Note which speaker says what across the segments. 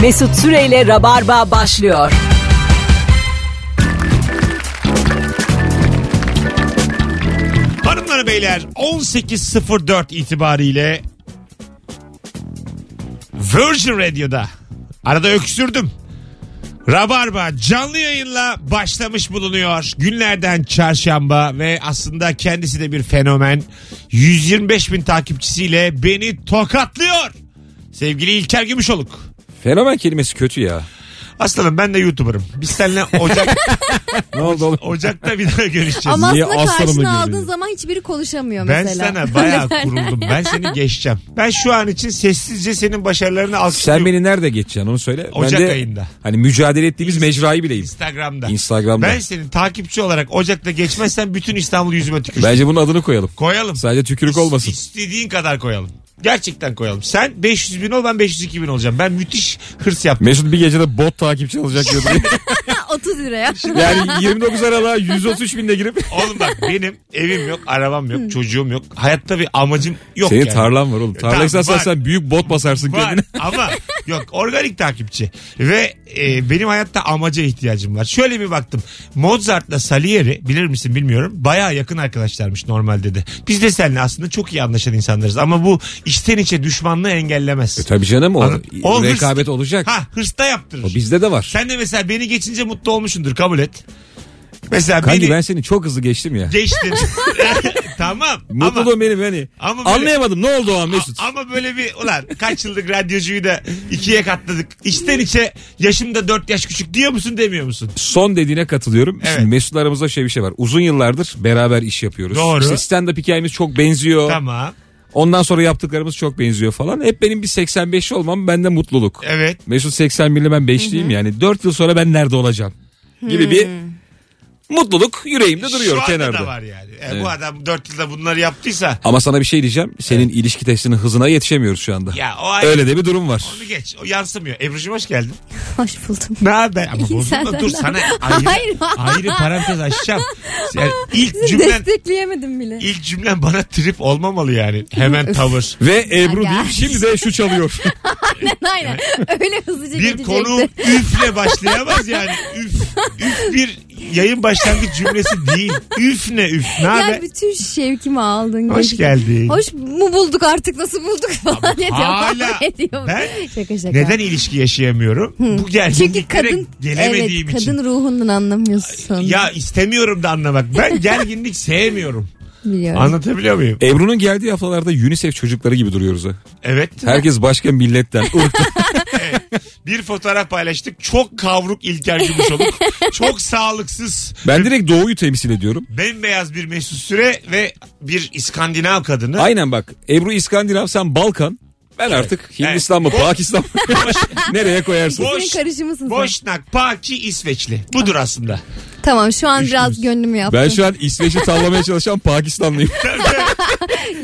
Speaker 1: Mesut Süreyle Rabarba başlıyor.
Speaker 2: Hanımlar beyler 18.04 itibariyle Virgin Radio'da arada öksürdüm. Rabarba canlı yayınla başlamış bulunuyor. Günlerden çarşamba ve aslında kendisi de bir fenomen. 125 bin takipçisiyle beni tokatlıyor. Sevgili İlker Gümüşoluk.
Speaker 3: Fenomen kelimesi kötü ya.
Speaker 2: Aslanım ben de YouTuber'ım. Biz seninle Ocak,
Speaker 3: Ne oldu oğlum?
Speaker 2: Ocak'ta bir daha görüşeceğiz.
Speaker 4: Ama
Speaker 3: Niye
Speaker 4: aslında
Speaker 3: aslanımı
Speaker 4: karşına
Speaker 3: görüyorsun?
Speaker 4: aldığın zaman hiçbiri konuşamıyor
Speaker 2: Ben
Speaker 4: mesela.
Speaker 2: sana bayağı kuruldum. Ben seni geçeceğim. Ben şu an için sessizce senin başarılarını alkışlıyorum.
Speaker 3: Sen beni nerede geçeceksin onu söyle.
Speaker 2: Ocak
Speaker 3: ben de,
Speaker 2: ayında.
Speaker 3: Hani mücadele ettiğimiz mecrayı bileyim.
Speaker 2: Instagram'da.
Speaker 3: Instagram'da.
Speaker 2: Ben senin takipçi olarak Ocak'ta geçmezsen bütün İstanbul yüzüme tükür.
Speaker 3: Bence bunun adını koyalım.
Speaker 2: Koyalım.
Speaker 3: Sadece tükürük olmasın.
Speaker 2: İstediğin kadar koyalım. Gerçekten koyalım. Sen 500 bin ol ben 502 bin olacağım. Ben müthiş hırs yaptım.
Speaker 3: Mesut bir gecede bot takipçi olacak diyordu.
Speaker 4: 30 liraya.
Speaker 2: şey-
Speaker 3: yani 29 Aralık'a 133 binde girip.
Speaker 2: Oğlum bak benim evim yok, arabam yok, çocuğum yok. Hayatta bir amacım yok
Speaker 3: Senin
Speaker 2: yani.
Speaker 3: tarlan var oğlum. Tarlayı
Speaker 2: Tamam,
Speaker 3: satsan
Speaker 2: var.
Speaker 3: sen büyük bot basarsın
Speaker 2: Var
Speaker 3: kendine.
Speaker 2: ama yok organik takipçi ve e, benim hayatta amaca ihtiyacım var. Şöyle bir baktım Mozart'la Salieri bilir misin bilmiyorum baya yakın arkadaşlarmış normalde de. Biz de seninle aslında çok iyi anlaşan insanlarız ama bu içten içe düşmanlığı engellemez.
Speaker 3: E tabii canım o.
Speaker 2: Anladın? O hırs-
Speaker 3: rekabet olacak.
Speaker 2: Ha hırsta yaptırır.
Speaker 3: O bizde de var.
Speaker 2: Sen de mesela beni geçince mutlu olmuşsundur kabul et. Mesela
Speaker 3: Kanki
Speaker 2: beni
Speaker 3: ben seni çok hızlı geçtim ya.
Speaker 2: geçtin. tamam. ama-
Speaker 3: Mutluluğum benim hani.
Speaker 2: Ama böyle-
Speaker 3: Anlayamadım ne oldu o an Mesut.
Speaker 2: Ama böyle bir ulan kaç yıllık radyocuyu da ikiye katladık. İçten içe yaşımda 4 yaş küçük diyor musun demiyor musun?
Speaker 3: Son dediğine katılıyorum.
Speaker 2: Evet.
Speaker 3: Şimdi Mesut'la aramızda şey bir şey var. Uzun yıllardır beraber iş yapıyoruz.
Speaker 2: Doğru.
Speaker 3: İşte stand-up hikayemiz çok benziyor.
Speaker 2: Tamam.
Speaker 3: Ondan sonra yaptıklarımız çok benziyor falan. Hep benim bir 85 olmam bende mutluluk.
Speaker 2: Evet.
Speaker 3: Mesut 81'li ben 5'liyim yani. 4 yıl sonra ben nerede olacağım gibi bir mutluluk yüreğimde
Speaker 2: Şu
Speaker 3: duruyor
Speaker 2: anda
Speaker 3: kenarda.
Speaker 2: da var yani. E, Bu adam 4 yılda bunları yaptıysa
Speaker 3: Ama sana bir şey diyeceğim. Senin ilişki testinin hızına yetişemiyoruz şu anda.
Speaker 2: ya o ay
Speaker 3: Öyle de bir durum var.
Speaker 2: onu geç. O yansımıyor. Ebru'cum hoş geldin.
Speaker 4: Hoş buldum.
Speaker 2: Ne haber? Ama bozulma
Speaker 4: senden
Speaker 2: dur
Speaker 4: de.
Speaker 2: sana ayrı,
Speaker 4: Hayır.
Speaker 2: ayrı parantez açacağım. Yani ilk
Speaker 4: Sizi
Speaker 2: cümlen,
Speaker 4: destekleyemedim bile.
Speaker 2: ilk cümlen bana trip olmamalı yani. Hemen tavır.
Speaker 3: Ve Ebru
Speaker 4: Aga.
Speaker 3: deyip şimdi de şu çalıyor.
Speaker 4: Aynen. Öyle hızlıca
Speaker 2: bir
Speaker 4: geçecekti.
Speaker 2: konu üfle başlayamaz yani. Üf, üf bir yayın başlangıç cümlesi değil. Üf ne üf. Ne haber?
Speaker 4: Ya bütün şevkimi aldın.
Speaker 2: Hoş
Speaker 4: geçtin.
Speaker 2: geldin.
Speaker 4: Hoş mu bulduk artık nasıl bulduk falan ediyor.
Speaker 2: hala
Speaker 4: ediyor.
Speaker 2: ben
Speaker 4: şaka şaka.
Speaker 2: Neden ilişki yaşayamıyorum? Bu
Speaker 4: Çünkü
Speaker 2: gerginliklere
Speaker 4: kadın
Speaker 2: gelemediğim
Speaker 4: evet,
Speaker 2: için.
Speaker 4: kadın ruhundan anlamıyorsun.
Speaker 2: Ya istemiyorum da anlamak. Ben gerginlik sevmiyorum.
Speaker 4: Biliyorum.
Speaker 2: Anlatabiliyor muyum?
Speaker 3: Ebru'nun geldiği haftalarda UNICEF çocukları gibi duruyoruz. ha.
Speaker 2: Evet.
Speaker 3: Herkes başka milletten. ırktan.
Speaker 2: Bir fotoğraf paylaştık. Çok kavruk İlker Gümüşoluk. Çok sağlıksız.
Speaker 3: ben direkt doğuyu temsil ediyorum.
Speaker 2: Bembeyaz bir mesut süre ve bir İskandinav kadını.
Speaker 3: Aynen bak Ebru İskandinav sen Balkan. Ben artık Hindistan mı Pakistan mı nereye koyarsın?
Speaker 4: Senin
Speaker 2: boş-
Speaker 4: karışımısın sen.
Speaker 2: Boşnak, Paki, İsveçli. Budur aslında.
Speaker 4: Tamam şu an biraz gönlümü yaptım.
Speaker 3: Ben şu an İsveç'i tavlamaya çalışan Pakistanlıyım.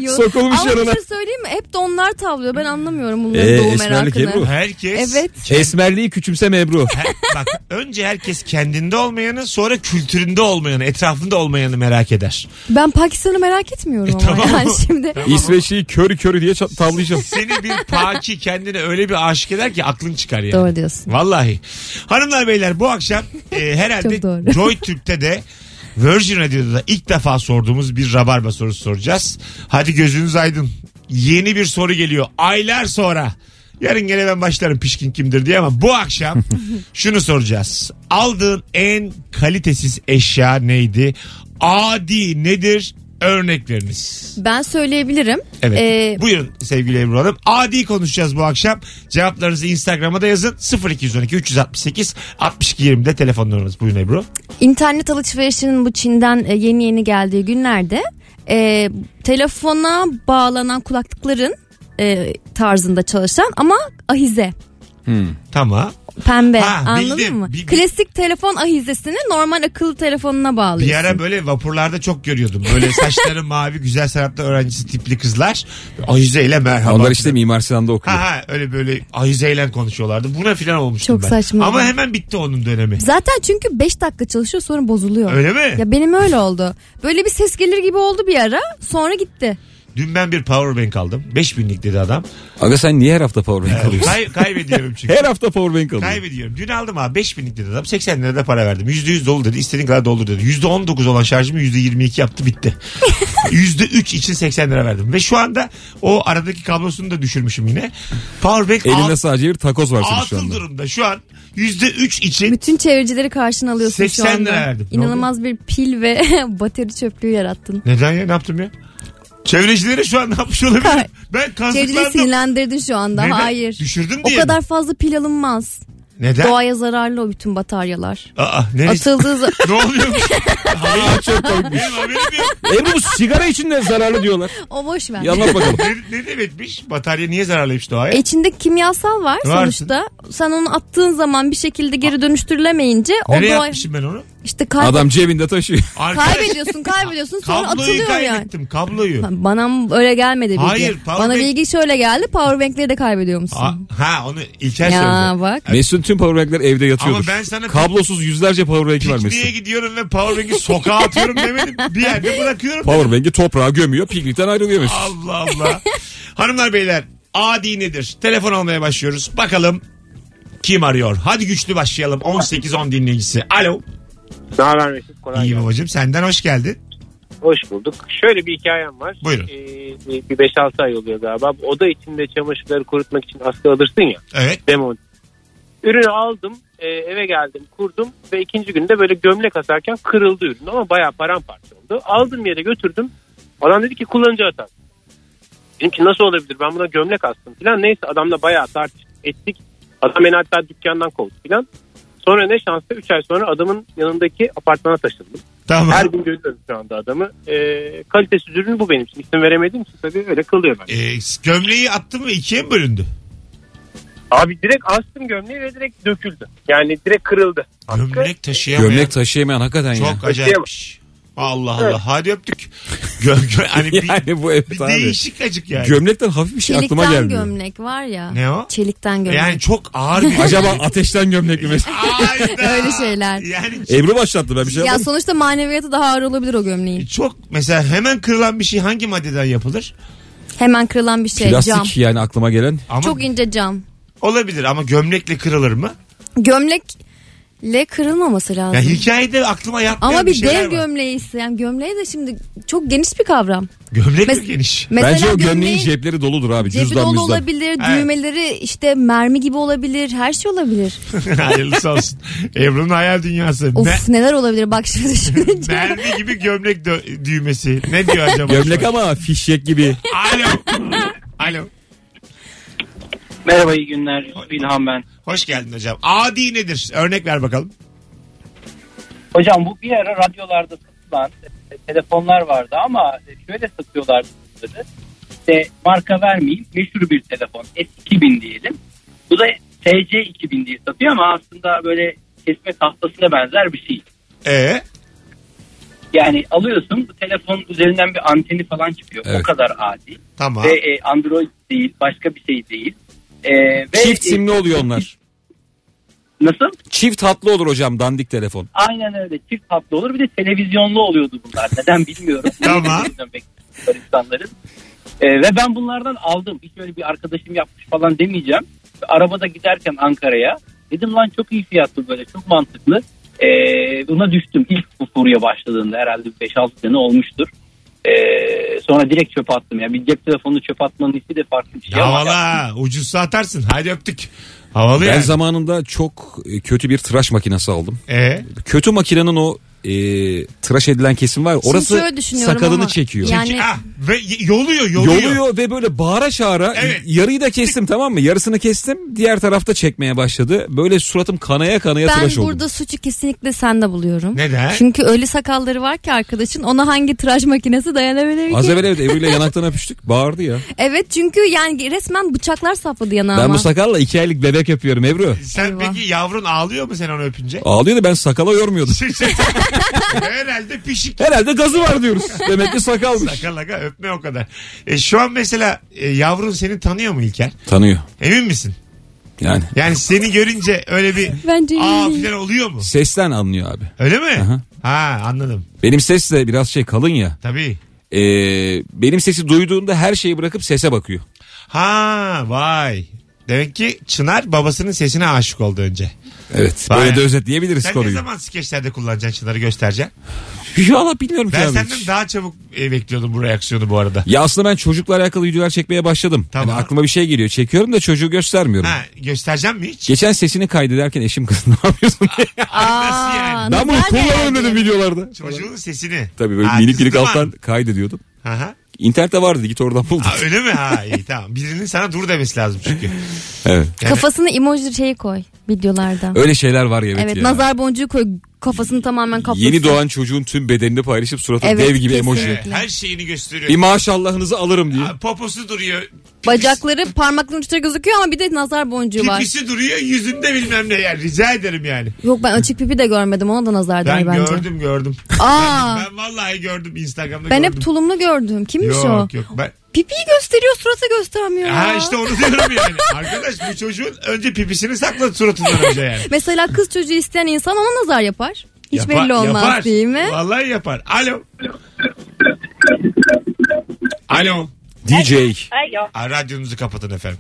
Speaker 4: Yok.
Speaker 3: sokulmuş
Speaker 4: Ama
Speaker 3: yanına.
Speaker 4: bir şey söyleyeyim mi? Hep de onlar tavlıyor. Ben anlamıyorum bunların
Speaker 3: Ee,
Speaker 4: doğu
Speaker 3: esmerlik
Speaker 4: merakını.
Speaker 3: Ebru.
Speaker 2: Herkes
Speaker 4: Evet.
Speaker 3: Esmerliği küçümseme Ebru.
Speaker 2: He- bak önce herkes kendinde olmayanı sonra kültüründe olmayanı etrafında olmayanı merak eder.
Speaker 4: Ben Pakistan'ı merak etmiyorum ama
Speaker 2: tamam.
Speaker 4: yani şimdi.
Speaker 3: İsveç'i körü körü diye ça- tavlayacağım.
Speaker 2: Seni bir paki kendine öyle bir aşık eder ki aklın çıkar yani.
Speaker 4: Doğru diyorsun.
Speaker 2: Vallahi. Hanımlar beyler bu akşam e,
Speaker 4: Çok
Speaker 2: herhalde
Speaker 4: doğru.
Speaker 2: Joy Türk'te de Virgin Radio'da da ilk defa sorduğumuz bir rabarba sorusu soracağız. Hadi gözünüz aydın. Yeni bir soru geliyor. Aylar sonra. Yarın gene ben başlarım pişkin kimdir diye ama bu akşam şunu soracağız. Aldığın en kalitesiz eşya neydi? Adi nedir? Örnek veriniz.
Speaker 4: Ben söyleyebilirim.
Speaker 2: Evet.
Speaker 4: Ee,
Speaker 2: Buyurun sevgili Ebru Hanım. Adi konuşacağız bu akşam. Cevaplarınızı Instagram'a da yazın. 0212 368 62 20'de telefon numaranız. Buyurun Ebru.
Speaker 4: İnternet alışverişinin bu Çin'den e, yeni yeni geldiği günlerde e, telefona bağlanan kulaklıkların e, tarzında çalışan ama ahize.
Speaker 2: Tamam.
Speaker 4: Pembe
Speaker 2: Ha,
Speaker 4: anladın
Speaker 2: bildim.
Speaker 4: mı?
Speaker 2: Bi- bi-
Speaker 4: Klasik telefon ahizesini normal akıllı telefonuna
Speaker 2: Bir
Speaker 4: bağlıyorsun.
Speaker 2: ara böyle vapurlarda çok görüyordum. Böyle saçları mavi güzel sanatlar öğrencisi tipli kızlar. Ayize ile merhaba.
Speaker 3: Onlar işte Mimar Sinan'da
Speaker 2: Ha
Speaker 3: okuyor.
Speaker 2: ha öyle böyle Ayize ile konuşuyorlardı. Buna filan olmuştum
Speaker 4: Çok
Speaker 2: ben.
Speaker 4: saçma.
Speaker 2: Ama hemen bitti onun dönemi.
Speaker 4: Zaten çünkü 5 dakika çalışıyor sonra bozuluyor.
Speaker 2: Öyle mi?
Speaker 4: Ya benim öyle oldu. Böyle bir ses gelir gibi oldu bir ara sonra gitti.
Speaker 2: Dün ben bir power bank aldım. 5000'lik dedi adam.
Speaker 3: Aga sen niye her hafta powerbank alıyorsun?
Speaker 2: Kay- kaybediyorum çünkü.
Speaker 3: her hafta powerbank alıyorsun.
Speaker 2: Kaybediyorum. Dün aldım abi 5000'lik dedi adam. 80 lira da para verdim. %100 dolu dedi. İstediğin kadar doldur dedi. %19 olan şarjımı %22 yaptı bitti. %3 için 80 lira verdim. Ve şu anda o aradaki kablosunu da düşürmüşüm yine. Powerbank
Speaker 3: Elinde
Speaker 2: alt,
Speaker 3: sadece bir takoz var senin şu
Speaker 2: altın
Speaker 3: anda.
Speaker 2: durumda. Şu an %3 için
Speaker 4: Bütün çevircileri karşına alıyorsun şu
Speaker 2: 80
Speaker 4: anda.
Speaker 2: lira verdim. Ne
Speaker 4: İnanılmaz bir pil ve bateri çöplüğü yarattın.
Speaker 2: Neden ya ne yaptım ya? Çevrecileri şu an ne yapmış olabilirim?
Speaker 4: Kay-
Speaker 2: Ben
Speaker 4: Çevrecileri
Speaker 2: kazıklandım.
Speaker 4: sinirlendirdin şu anda.
Speaker 2: Neden? şey
Speaker 4: Hayır.
Speaker 2: Düşürdüm
Speaker 4: O
Speaker 2: diye.
Speaker 4: kadar fazla pil alınmaz.
Speaker 2: Neden?
Speaker 4: Doğaya zararlı o bütün bataryalar.
Speaker 2: Aa, neresi?
Speaker 4: Atıldığı zaman
Speaker 2: ne oluyor?
Speaker 3: Aa, çok komik.
Speaker 2: Benim haberim yok.
Speaker 3: Ebru bu sigara için de zararlı diyorlar.
Speaker 4: o boş ver.
Speaker 3: Bir anlat bakalım.
Speaker 2: Ne, ne demekmiş? Batarya niye zararlıymış doğaya?
Speaker 4: E, İçinde kimyasal var
Speaker 2: Varsın.
Speaker 4: sonuçta. Sen onu attığın zaman bir şekilde geri dönüştürülemeyince o
Speaker 2: Nereye
Speaker 4: doğa
Speaker 2: atmışım ben onu?
Speaker 4: işte kay-
Speaker 3: Adam cebinde taşıyor.
Speaker 2: Arkadaş,
Speaker 4: kaybediyorsun, kaybediyorsun sonra
Speaker 2: kabloyu
Speaker 4: atılıyor yani.
Speaker 2: kaybettim kabloyu.
Speaker 4: Bana mı öyle gelmedi bilgi.
Speaker 2: Hayır, power
Speaker 4: Bana
Speaker 2: bank-
Speaker 4: bilgi şöyle geldi. Powerbank'leri de kaybediyor musun?
Speaker 2: Aa, ha onu İlker
Speaker 4: ya
Speaker 2: söyledi.
Speaker 4: bak.
Speaker 3: Mesut'un tüm powerbankler evde yatıyordur.
Speaker 2: Ama ben sana-
Speaker 3: Kablosuz yüzlerce powerbank var
Speaker 2: Pikniğe
Speaker 3: Mesut.
Speaker 2: gidiyorum ve powerbank'i sokağa atıyorum demedim. Bir yerde bırakıyorum.
Speaker 3: Powerbank'i toprağa gömüyor. Piknikten ayrılıyor Mesut.
Speaker 2: Allah Allah. Hanımlar beyler adi nedir? Telefon almaya başlıyoruz. Bakalım kim arıyor? Hadi güçlü başlayalım. 18-10 dinleyicisi. Alo.
Speaker 5: Ne haber Mesut? Kolay
Speaker 2: İyi
Speaker 5: gelsin.
Speaker 2: babacığım senden hoş geldin.
Speaker 5: Hoş bulduk. Şöyle bir hikayem var.
Speaker 2: Buyurun.
Speaker 5: Ee, bir 5-6 ay oluyor galiba. Bu Oda içinde çamaşırları kurutmak için askı alırsın ya.
Speaker 2: Evet.
Speaker 5: Demon. Ürünü aldım. e, eve geldim. Kurdum. Ve ikinci günde böyle gömlek asarken kırıldı ürün. Ama bayağı paramparça oldu. Aldım yere götürdüm. Adam dedi ki kullanıcı hata. Dedim ki nasıl olabilir? Ben buna gömlek astım falan. Neyse adamla bayağı tartıştık ettik. Adam beni hatta dükkandan kovdu falan. Sonra ne şansa 3 ay sonra adamın yanındaki apartmana taşındım. Her
Speaker 2: Tamam.
Speaker 5: gün görüyorum şu anda adamı. Ee, kalitesiz ürün bu benim için. İsim veremediğim için tabii öyle kılıyor ben.
Speaker 2: Ee, gömleği attın mı ikiye mi bölündü?
Speaker 5: Abi direkt astım gömleği ve direkt döküldü. Yani direkt kırıldı.
Speaker 2: Gömlek taşıyamayan.
Speaker 3: Gömlek taşıyamayan hakikaten ya.
Speaker 2: Çok acayipmiş. Allah Allah. Hadi öptük. Gö- gö- hani bir,
Speaker 3: Yani bu
Speaker 2: bir
Speaker 3: evet abi.
Speaker 2: değişik acık yani.
Speaker 3: Gömlekten hafif bir şey aklıma
Speaker 4: Çelikten
Speaker 3: gelmiyor.
Speaker 4: gömlek var ya.
Speaker 2: Ne o?
Speaker 4: Çelikten gömlek.
Speaker 2: yani çok ağır bir
Speaker 3: Acaba ateşten gömlek mi Mesut?
Speaker 2: Hayda.
Speaker 4: Öyle şeyler.
Speaker 2: Yani
Speaker 3: Ebru başlattı ben bir şey
Speaker 4: ya
Speaker 3: yapmadım.
Speaker 4: sonuçta maneviyatı daha ağır olabilir o gömleğin.
Speaker 2: çok mesela hemen kırılan bir şey hangi maddeden yapılır?
Speaker 4: Hemen kırılan bir şey cam.
Speaker 3: Plastik yani aklıma gelen.
Speaker 2: Ama
Speaker 4: Çok ince cam.
Speaker 2: olabilir ama gömlekle kırılır mı?
Speaker 4: Gömlekle kırılmaması lazım.
Speaker 2: Ya hikayede aklıma yatmayan
Speaker 4: Ama
Speaker 2: bir,
Speaker 4: bir
Speaker 2: şeyler
Speaker 4: dev
Speaker 2: var.
Speaker 4: gömleği ise yani gömleği de şimdi çok geniş bir kavram.
Speaker 2: Gömlek mi
Speaker 4: Mes-
Speaker 2: geniş?
Speaker 3: Bence o gömleğin
Speaker 4: gömleğin
Speaker 3: cepleri doludur abi.
Speaker 4: cebi
Speaker 3: Cüzdan
Speaker 4: dolu
Speaker 3: müzdan.
Speaker 4: olabilir,
Speaker 2: Evet.
Speaker 4: düğmeleri işte mermi gibi olabilir, her şey olabilir.
Speaker 2: Hayırlısı olsun. Ebru'nun hayal dünyası.
Speaker 4: Of
Speaker 2: Me-
Speaker 4: neler olabilir bak şimdi düşününce.
Speaker 2: mermi gibi gömlek dö- düğmesi. Ne diyor acaba?
Speaker 3: Gömlek ama fişek gibi.
Speaker 2: Alo. Alo.
Speaker 6: Merhaba iyi günler İlhan ben.
Speaker 2: Hoş geldin hocam. Adi nedir? Örnek ver bakalım.
Speaker 6: Hocam bu bir ara radyolarda satılan e, telefonlar vardı ama e, şöyle satıyorlardı bunları. İşte marka vermeyeyim meşhur bir telefon S2000 diyelim. Bu da SC2000 diye satıyor ama aslında böyle kesme tahtasına benzer bir şey.
Speaker 2: Ee,
Speaker 6: Yani alıyorsun bu telefonun üzerinden bir anteni falan çıkıyor.
Speaker 3: Evet.
Speaker 6: O kadar adi.
Speaker 2: tamam.
Speaker 6: Ve e, Android değil başka bir şey değil. E, ve,
Speaker 3: Çift
Speaker 6: e,
Speaker 3: simli oluyor onlar.
Speaker 6: Nasıl?
Speaker 3: Çift hatlı olur hocam dandik telefon.
Speaker 6: Aynen öyle. Çift tatlı olur. Bir de televizyonlu oluyordu bunlar. Neden bilmiyorum.
Speaker 2: Tamam.
Speaker 6: Televizyon bekliyorlar insanların. Ee, ve ben bunlardan aldım. Hiç öyle bir arkadaşım yapmış falan demeyeceğim. Arabada giderken Ankara'ya dedim lan çok iyi fiyatlı böyle çok mantıklı. Ee, buna düştüm. İlk bu furya başladığında herhalde bir 5-6 sene olmuştur. Ee, sonra direkt çöp attım. Yani bir cep telefonunu çöp atmanın hissi de farklı bir şey. ama-
Speaker 2: Havala. Ucuzsa atarsın. Hadi öptük. Havalı
Speaker 3: Ben
Speaker 2: yani.
Speaker 3: zamanında çok e, kötü bir tıraş makinesi aldım.
Speaker 2: Ee,
Speaker 3: Kötü makinenin o e, tıraş edilen kesim var. ya, Orası
Speaker 4: şöyle düşünüyorum
Speaker 3: sakalını
Speaker 4: ama
Speaker 3: çekiyor.
Speaker 4: yani-
Speaker 2: ki- ah, ve y- yoluyor yoluyor.
Speaker 3: Yoluyor. ve böyle bağıra çağıra
Speaker 2: Evet.
Speaker 3: yarıyı da kestim tamam mı? Yarısını kestim. Diğer tarafta çekmeye başladı. Böyle suratım kanaya kanaya
Speaker 4: Ben
Speaker 3: tıraş
Speaker 4: burada
Speaker 3: oldu.
Speaker 4: suçu kesinlikle sende buluyorum.
Speaker 2: Neden?
Speaker 4: Çünkü öyle sakalları var ki arkadaşın ona hangi tıraş makinesi dayanabilir ki?
Speaker 3: Az evvel evet Ebru'yla yanaktan öpüştük. Bağırdı ya.
Speaker 4: Evet çünkü yani resmen bıçaklar sapladı yanağıma.
Speaker 3: Ben bu sakalla iki aylık bebek yapıyorum Ebru.
Speaker 2: Sen
Speaker 4: Eyvah.
Speaker 2: peki yavrun ağlıyor mu sen onu öpünce? Şey,
Speaker 3: Ağlıyordu ben sakala yormuyordum.
Speaker 2: E, Herhalde pişik.
Speaker 3: Herhalde gazı var diyoruz. Demek ki sakalmış.
Speaker 2: Sakal laka öpme o kadar. E, şu an mesela e, yavrun seni tanıyor mu İlker?
Speaker 3: Tanıyor
Speaker 2: Emin misin?
Speaker 3: yani.
Speaker 2: Yani seni görünce öyle bir
Speaker 4: Bence
Speaker 2: aa
Speaker 4: iyi.
Speaker 2: filan oluyor mu?
Speaker 3: Sesten anlıyor abi.
Speaker 2: Öyle mi?
Speaker 3: Aha.
Speaker 2: Ha anladım.
Speaker 3: Benim ses de biraz şey kalın ya.
Speaker 2: Tabii.
Speaker 3: e, benim sesi duyduğunda her şeyi bırakıp sese bakıyor.
Speaker 2: Ha vay. Demek ki Çınar babasının sesine aşık oldu önce.
Speaker 3: Evet.
Speaker 2: Vay.
Speaker 3: Böyle de özetleyebiliriz
Speaker 2: Sen ne
Speaker 3: konuyu.
Speaker 2: zaman skeçlerde kullanacaksın Çınar'ı göstereceksin?
Speaker 3: Valla bilmiyorum ki
Speaker 2: Ben
Speaker 3: abi.
Speaker 2: senden daha çabuk e, bekliyordum bu reaksiyonu bu arada.
Speaker 3: Ya aslında ben çocukla alakalı videolar çekmeye başladım.
Speaker 2: Tamam.
Speaker 3: Hani aklıma bir şey geliyor. Çekiyorum da çocuğu göstermiyorum.
Speaker 2: Ha göstereceğim mi hiç?
Speaker 3: Geçen sesini kaydederken eşim kız ne yapıyorsun diye.
Speaker 2: Nasıl yani?
Speaker 3: ben bunu
Speaker 4: nazar
Speaker 3: kullanırım
Speaker 4: geldi.
Speaker 3: dedim videolarda.
Speaker 2: Çocuğun sesini.
Speaker 3: Tabii böyle
Speaker 2: Ha,
Speaker 3: minik minik
Speaker 2: kızdı mı?
Speaker 3: alttan kaydediyordum.
Speaker 2: Aha.
Speaker 3: İnternette vardı git oradan buldum.
Speaker 2: Ha, öyle mi? Ha iyi tamam. Birinin sana dur demesi lazım çünkü.
Speaker 3: Evet.
Speaker 4: Kafasını emoji şeyi koy videolarda. Evet,
Speaker 3: Öyle şeyler var ya evet, ya.
Speaker 4: nazar boncuğu koy kafasını tamamen kaplasın.
Speaker 3: Yeni doğan çocuğun tüm bedenini paylaşıp suratı
Speaker 4: Evet,
Speaker 3: dev gibi emoji.
Speaker 4: kesinlikle.
Speaker 2: Her şeyini
Speaker 3: Bir
Speaker 2: gösteriyor.
Speaker 3: maşallahınızı alırım diye.
Speaker 2: Ha, Poposu duruyor.
Speaker 4: Bacakları parmakların uçları gözüküyor ama bir de nazar boncuğu var.
Speaker 2: Pipisi duruyor yüzünde bilmem ne yani. Rica ederim yani.
Speaker 4: Yok ben açık pipi de görmedim ona da nazar değer
Speaker 2: Ben
Speaker 4: bence.
Speaker 2: gördüm gördüm.
Speaker 4: Aa,
Speaker 2: Ben vallahi gördüm Instagram'da
Speaker 4: ben
Speaker 2: gördüm.
Speaker 4: hep tulumlu gördüm. Kimmiş o?
Speaker 2: Yok yok ben
Speaker 4: Pipiyi gösteriyor suratı göstermiyor ya.
Speaker 2: Ha işte onu diyorum yani. Arkadaş bu çocuğun önce pipisini sakla suratından önce yani.
Speaker 4: Mesela kız çocuğu isteyen insan ona nazar yapar. Hiç
Speaker 2: Yapa-
Speaker 4: belli olmaz
Speaker 2: yapar.
Speaker 4: değil mi?
Speaker 2: Vallahi yapar. Alo. Alo.
Speaker 3: DJ.
Speaker 7: Alo
Speaker 2: Ha, radyonuzu kapatın efendim.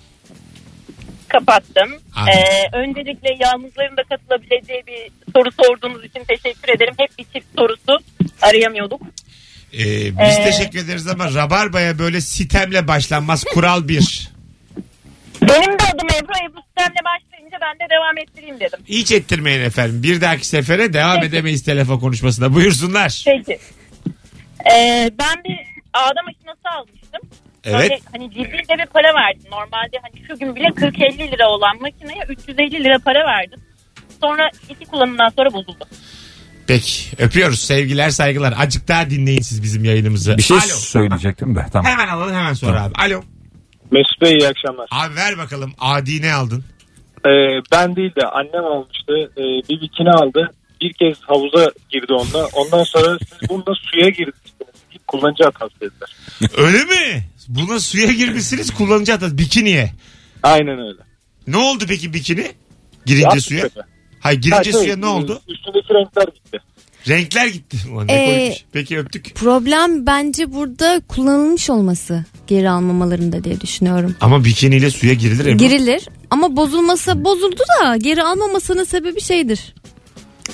Speaker 7: kapattım.
Speaker 2: Abi.
Speaker 7: Ee, öncelikle yalnızların da katılabileceği bir soru sorduğunuz için teşekkür ederim. Hep bir çift sorusu arayamıyorduk.
Speaker 2: Ee, biz
Speaker 7: Ee,
Speaker 2: teşekkür ederiz ama Rabarba'ya böyle sitemle başlanmaz. Kural bir.
Speaker 7: Benim de adım Ebru. Ebru sistemle başlayınca ben de devam ettireyim dedim.
Speaker 2: Hiç ettirmeyin efendim. Bir dahaki sefere devam
Speaker 7: Peki.
Speaker 2: edemeyiz telefon konuşmasına. Buyursunlar.
Speaker 7: Peki. Ee, ben bir ağda makinesi almıştım.
Speaker 2: Evet.
Speaker 7: Böyle hani ciddi de bir para verdim. Normalde hani şu gün bile 40-50 lira olan makineye 350 lira para verdim. Sonra iki kullanımdan sonra bozuldu.
Speaker 2: Peki. Öpüyoruz. Sevgiler saygılar. Azıcık daha dinleyin siz bizim yayınımızı.
Speaker 3: Bir şey
Speaker 2: Alo.
Speaker 3: söyleyecektim de tamam.
Speaker 2: Hemen alalım hemen sonra abi. Alo.
Speaker 8: Mesut Bey iyi akşamlar.
Speaker 2: Abi ver bakalım. Adi ne aldın?
Speaker 8: Ee, ben değil de annem almıştı. Ee, bir bikini aldı. Bir kez havuza girdi onunla. Ondan sonra siz bununla suya girmiştiniz. Bir kullanıcı hatası dediler.
Speaker 2: Öyle mi? Buna suya girmişsiniz kullanıcı hatası. Bikiniye.
Speaker 8: Aynen öyle.
Speaker 2: Ne oldu peki bikini? Girince
Speaker 8: Ya,
Speaker 2: suya.
Speaker 8: kötü.
Speaker 2: Hayır
Speaker 8: Ha,
Speaker 2: girince
Speaker 8: şey,
Speaker 2: suya ne oldu?
Speaker 8: Üstündeki renkler gitti.
Speaker 2: Renkler gitti. Ulan ne
Speaker 4: Ee,
Speaker 2: koymuş? Peki öptük.
Speaker 4: Problem bence burada kullanılmış olması geri almamalarında diye düşünüyorum.
Speaker 2: Ama bikiniyle suya girilir mi?
Speaker 4: Girilir ama bozulması bozuldu da geri almamasının sebebi şeydir.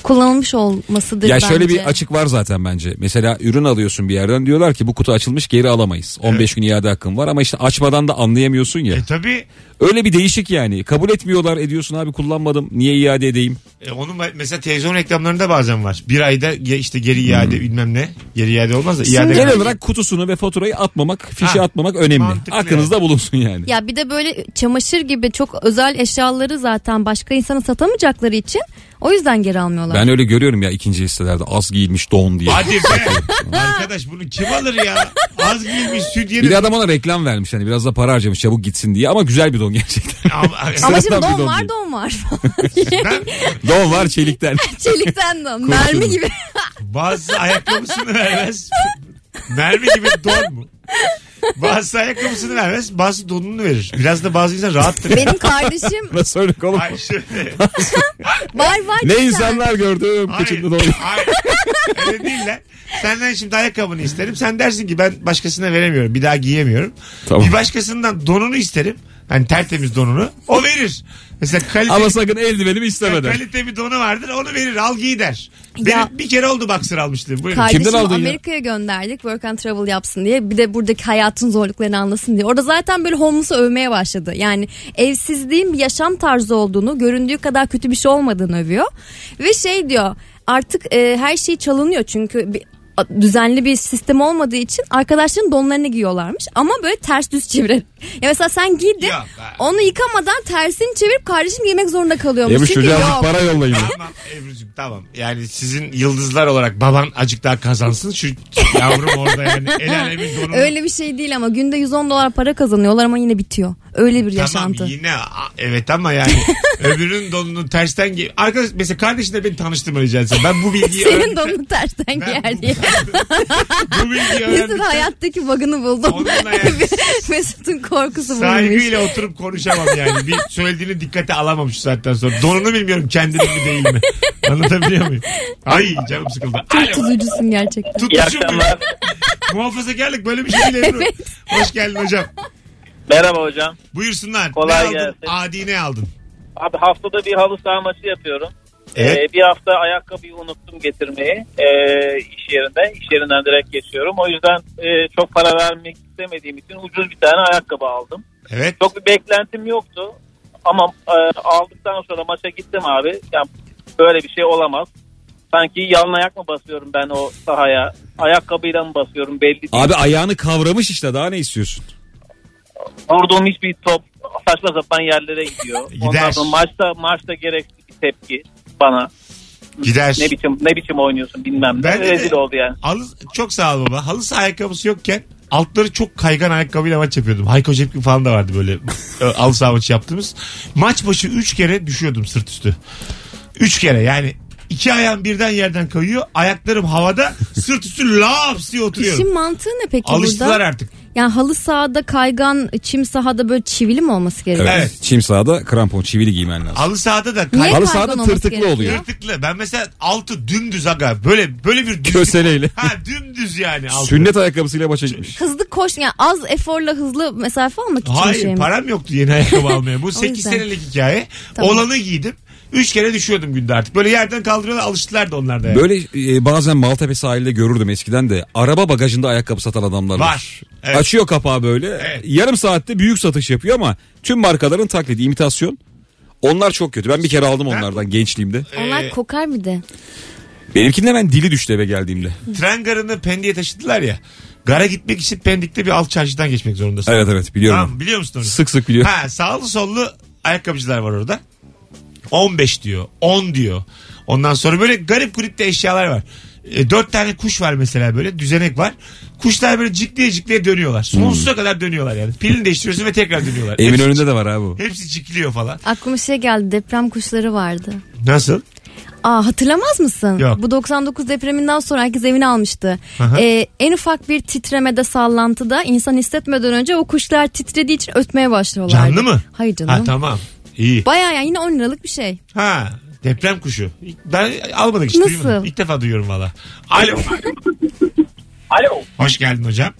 Speaker 4: Kullanılmış olmasıdır
Speaker 3: Ya
Speaker 4: bence.
Speaker 3: şöyle bir açık var zaten bence. Mesela ürün alıyorsun bir yerden diyorlar ki bu kutu açılmış geri alamayız. 15 gün iade hakkın var ama işte açmadan da anlayamıyorsun ya.
Speaker 2: E tabi
Speaker 3: Öyle bir değişik yani. Kabul etmiyorlar ediyorsun abi kullanmadım niye iade edeyim?
Speaker 2: e, onun me- mesela televizyon reklamlarında bazen var. Bir ayda ge- işte geri iade
Speaker 8: Hmm.
Speaker 2: bilmem ne. Geri iade olmaz da iade.
Speaker 3: Genel olarak kutusunu ve faturayı atmamak, fişi
Speaker 2: Ha,
Speaker 3: atmamak önemli.
Speaker 2: mantıklı
Speaker 3: Aklınızda bulunsun yani.
Speaker 4: Ya bir de böyle çamaşır gibi çok özel eşyaları zaten başka insana satamayacakları için o yüzden geri almıyorlar.
Speaker 3: Ben öyle görüyorum ya ikinci listelerde az giyilmiş don diye.
Speaker 2: Hadi be. Arkadaş bunu kim alır ya? Az giymiş
Speaker 3: Bir
Speaker 2: sütyenin.
Speaker 3: de adam ona reklam vermiş hani biraz da para harcamış çabuk gitsin diye ama güzel bir don gerçekten.
Speaker 2: Ama-
Speaker 4: Ama şimdi
Speaker 3: Sıradan
Speaker 4: don
Speaker 3: bir don
Speaker 4: var
Speaker 3: değil.
Speaker 4: don var.
Speaker 2: Ben
Speaker 3: don var çelikten.
Speaker 4: Çelikten don. Mermi gibi.
Speaker 2: Bazısı ayakkabısını vermez. Mermi gibi don mu? Bazısı ayakkabısını vermez, bazısı donunu verir. Biraz da bazı insan rahattır.
Speaker 4: Benim kardeşim
Speaker 3: Nasıl öyle oğlum?
Speaker 2: Ay şöyle.
Speaker 4: var var.
Speaker 3: Ne
Speaker 4: bir tane.
Speaker 3: insanlar gördüm
Speaker 2: Hayır.
Speaker 3: kıçımda don.
Speaker 2: hayır. Öyle değil lan. Senden şimdi ayakkabını isterim. Sen dersin ki ben başkasına veremiyorum. Bir daha giyemiyorum.
Speaker 3: Tamam.
Speaker 2: Bir başkasından donunu isterim. Hani tertemiz donunu. O verir. Mesela kalite,
Speaker 3: Ama sakın eldivenimi istemeden.
Speaker 2: kalite bir donu vardır. Onu verir. Al giy der. Benim
Speaker 4: Ya-
Speaker 2: bir kere oldu baksır almıştım. Buyurun.
Speaker 4: Kardeşim
Speaker 3: Kimden aldın ya?
Speaker 4: Amerika'ya gönderdik work and travel yapsın diye bir de buradaki hayatın zorluklarını anlasın diye. Orada zaten böyle homeless'ı övmeye başladı. Yani evsizliğin bir yaşam tarzı olduğunu göründüğü kadar kötü bir şey olmadığını övüyor. Ve şey diyor artık e, her şey çalınıyor çünkü bir- a- düzenli bir sistem olmadığı için arkadaşların donlarını giyiyorlarmış ama böyle ters düz çevirerek. Ya mesela sen giydin
Speaker 2: Yok abi.
Speaker 4: onu yıkamadan tersini çevirip kardeşim giymek zorunda kalıyormuş.
Speaker 3: Yemiş
Speaker 4: Çünkü
Speaker 3: çocuğa
Speaker 4: yok.
Speaker 3: azıcık para yollayın.
Speaker 2: Tamam Ebru'cum tamam. Yani sizin yıldızlar olarak baban acık daha kazansın. Şu yavrum orada yani el alemin donunu.
Speaker 4: Öyle bir şey değil ama günde 110 dolar para kazanıyorlar ama yine bitiyor. Öyle bir yaşantı.
Speaker 2: Tamam yine a- evet ama yani öbürünün donunu tersten giy. Arkadaş mesela kardeşinle beni tanıştırma rica etsem. Ben bu bilgiyi
Speaker 4: Senin
Speaker 2: öğrendim.
Speaker 4: donunu tersten
Speaker 2: Ben
Speaker 4: giyer diye.
Speaker 2: Bu bilgiyi
Speaker 4: Mesut
Speaker 2: öğrendim.
Speaker 4: hayattaki bug'ını buldum.
Speaker 2: Onunla yani
Speaker 4: Mesut'un korkusu bulunmuş.
Speaker 2: saygıyla oturup konuşamam yani. Bir söylediğini dikkate alamamış bu saatten sonra. Donunu bilmiyorum kendini mi değil mi? Anlatabiliyor muyum? Ay canım sıkıldı. Alo.
Speaker 4: Tuzucusun gerçekten.
Speaker 2: Tutuşum. Muhafazakarlık böyle bir şey değil Ebru. Hoş geldin hocam.
Speaker 5: Merhaba hocam.
Speaker 2: Buyursunlar.
Speaker 5: Kolay
Speaker 2: ne aldın?
Speaker 5: gelsin.
Speaker 2: Adi ne aldın?
Speaker 5: Abi haftada bir halı saha maçı yapıyorum. Ee, bir hafta ayakkabıyı unuttum getirmeyi ee, iş yerinde. İş yerinden direkt geçiyorum. O yüzden e, çok para vermek istemediğim için ucuz bir tane ayakkabı aldım.
Speaker 2: Evet.
Speaker 5: Çok bir beklentim yoktu. Ama e, aldıktan sonra maça gittim abi. Yani böyle bir şey olamaz. Sanki yalın ayak mı basıyorum ben o sahaya? Ayakkabıyla mı basıyorum belli değil.
Speaker 3: Abi ayağını kavramış işte daha ne istiyorsun?
Speaker 5: Vurduğum hiçbir top saçma sapan yerlere gidiyor.
Speaker 2: Gider.
Speaker 5: Ondan sonra maçta, maçta gereksiz bir tepki bana.
Speaker 2: Gider.
Speaker 5: Ne biçim ne biçim oynuyorsun bilmem ne.
Speaker 2: Ben de-
Speaker 5: Rezil oldu yani.
Speaker 2: Halı, çok sağ ol baba. Halı saha ayakkabısı yokken altları çok kaygan ayakkabıyla maç yapıyordum. Hayko Cepkin falan da vardı böyle e, halı saha maçı yaptığımız. Maç başı 3 kere düşüyordum sırt üstü. 3 kere yani iki ayağım birden yerden kayıyor. Ayaklarım havada sırt üstü laps diye oturuyorum.
Speaker 4: İşin mantığı ne peki
Speaker 2: Alıştılar
Speaker 4: burada?
Speaker 2: artık.
Speaker 4: Yani halı sahada kaygan, çim sahada böyle çivili mi olması gerekiyor?
Speaker 3: Evet.
Speaker 2: Evet.
Speaker 3: Çim sahada krampon çivili giymen lazım.
Speaker 2: Halı sahada da
Speaker 4: Niye
Speaker 2: kay-
Speaker 3: Halı
Speaker 4: kaygan
Speaker 3: sahada
Speaker 4: olması
Speaker 3: tırtıklı
Speaker 4: gerekiyor?
Speaker 3: oluyor.
Speaker 2: yırtıklı. Ben mesela altı dümdüz aga. Böyle böyle bir düz.
Speaker 3: Köseleyle.
Speaker 2: Ha dümdüz yani altı.
Speaker 3: Sünnet ayakkabısıyla maça gitmiş.
Speaker 4: Hızlı koş, yani az eforla hızlı mesafe almak için
Speaker 2: Hayır
Speaker 4: şey mi?
Speaker 2: param yoktu yeni ayakkabı almaya. Bu 8
Speaker 4: yüzden.
Speaker 2: senelik hikaye.
Speaker 4: Tamam.
Speaker 2: Olanı giydim. 3 kere düşüyordum günde artık. Böyle yerden kaldırıyorlar alıştılar da onlar da. yani.
Speaker 3: Böyle e, bazen Maltepe sahilde görürdüm eskiden de araba bagajında ayakkabı satan adamlar var.
Speaker 2: Var. Evet.
Speaker 3: Açıyor kapağı böyle.
Speaker 2: Evet.
Speaker 3: Yarım saatte büyük satış yapıyor ama tüm markaların taklidi, imitasyon. Onlar çok kötü. Ben bir kere aldım onlardan gençliğimde.
Speaker 4: Onlar
Speaker 2: Ee,
Speaker 4: kokar bir de.
Speaker 3: Benimkinin hemen dili düştü eve geldiğimde.
Speaker 2: Tren garını Pendik'e taşıdılar ya. Gara gitmek için Pendik'te bir alt çarşıdan geçmek zorundasın.
Speaker 3: Evet evet biliyorum.
Speaker 2: Tamam biliyor musun onu?
Speaker 3: Sık sık biliyorum.
Speaker 2: Ha sağlı sollu ayakkabıcılar var orada. 15 diyor, 10 diyor. Ondan sonra böyle garip grip de eşyalar var. E, 4 tane kuş var mesela böyle düzenek var. Kuşlar böyle cikliye cikliye dönüyorlar.
Speaker 3: Hmm.
Speaker 2: Sonsuza kadar dönüyorlar yani. Pilini değiştiriyorsun ve tekrar dönüyorlar.
Speaker 3: Evin
Speaker 2: Hepsi-
Speaker 3: önünde de var abi bu.
Speaker 2: Hepsi cikliyor falan.
Speaker 4: Aklıma şey geldi deprem kuşları vardı.
Speaker 2: Nasıl?
Speaker 4: Aa hatırlamaz mısın?
Speaker 2: Yok.
Speaker 4: Bu 99 depreminden sonra herkes evini almıştı.
Speaker 2: Aha.
Speaker 4: Ee, en ufak bir titremede sallantıda insan hissetmeden önce o kuşlar titrediği için ötmeye başlıyorlar.
Speaker 2: Canlı mı?
Speaker 4: Hayır canım.
Speaker 2: Ha tamam. İyi.
Speaker 4: Baya yani yine 10 liralık bir şey.
Speaker 2: Ha deprem kuşu. Ben almadık hiç
Speaker 4: Nasıl?
Speaker 2: duymadım. İlk defa duyuyorum valla. Alo.
Speaker 5: Alo.
Speaker 2: Hoş geldin hocam.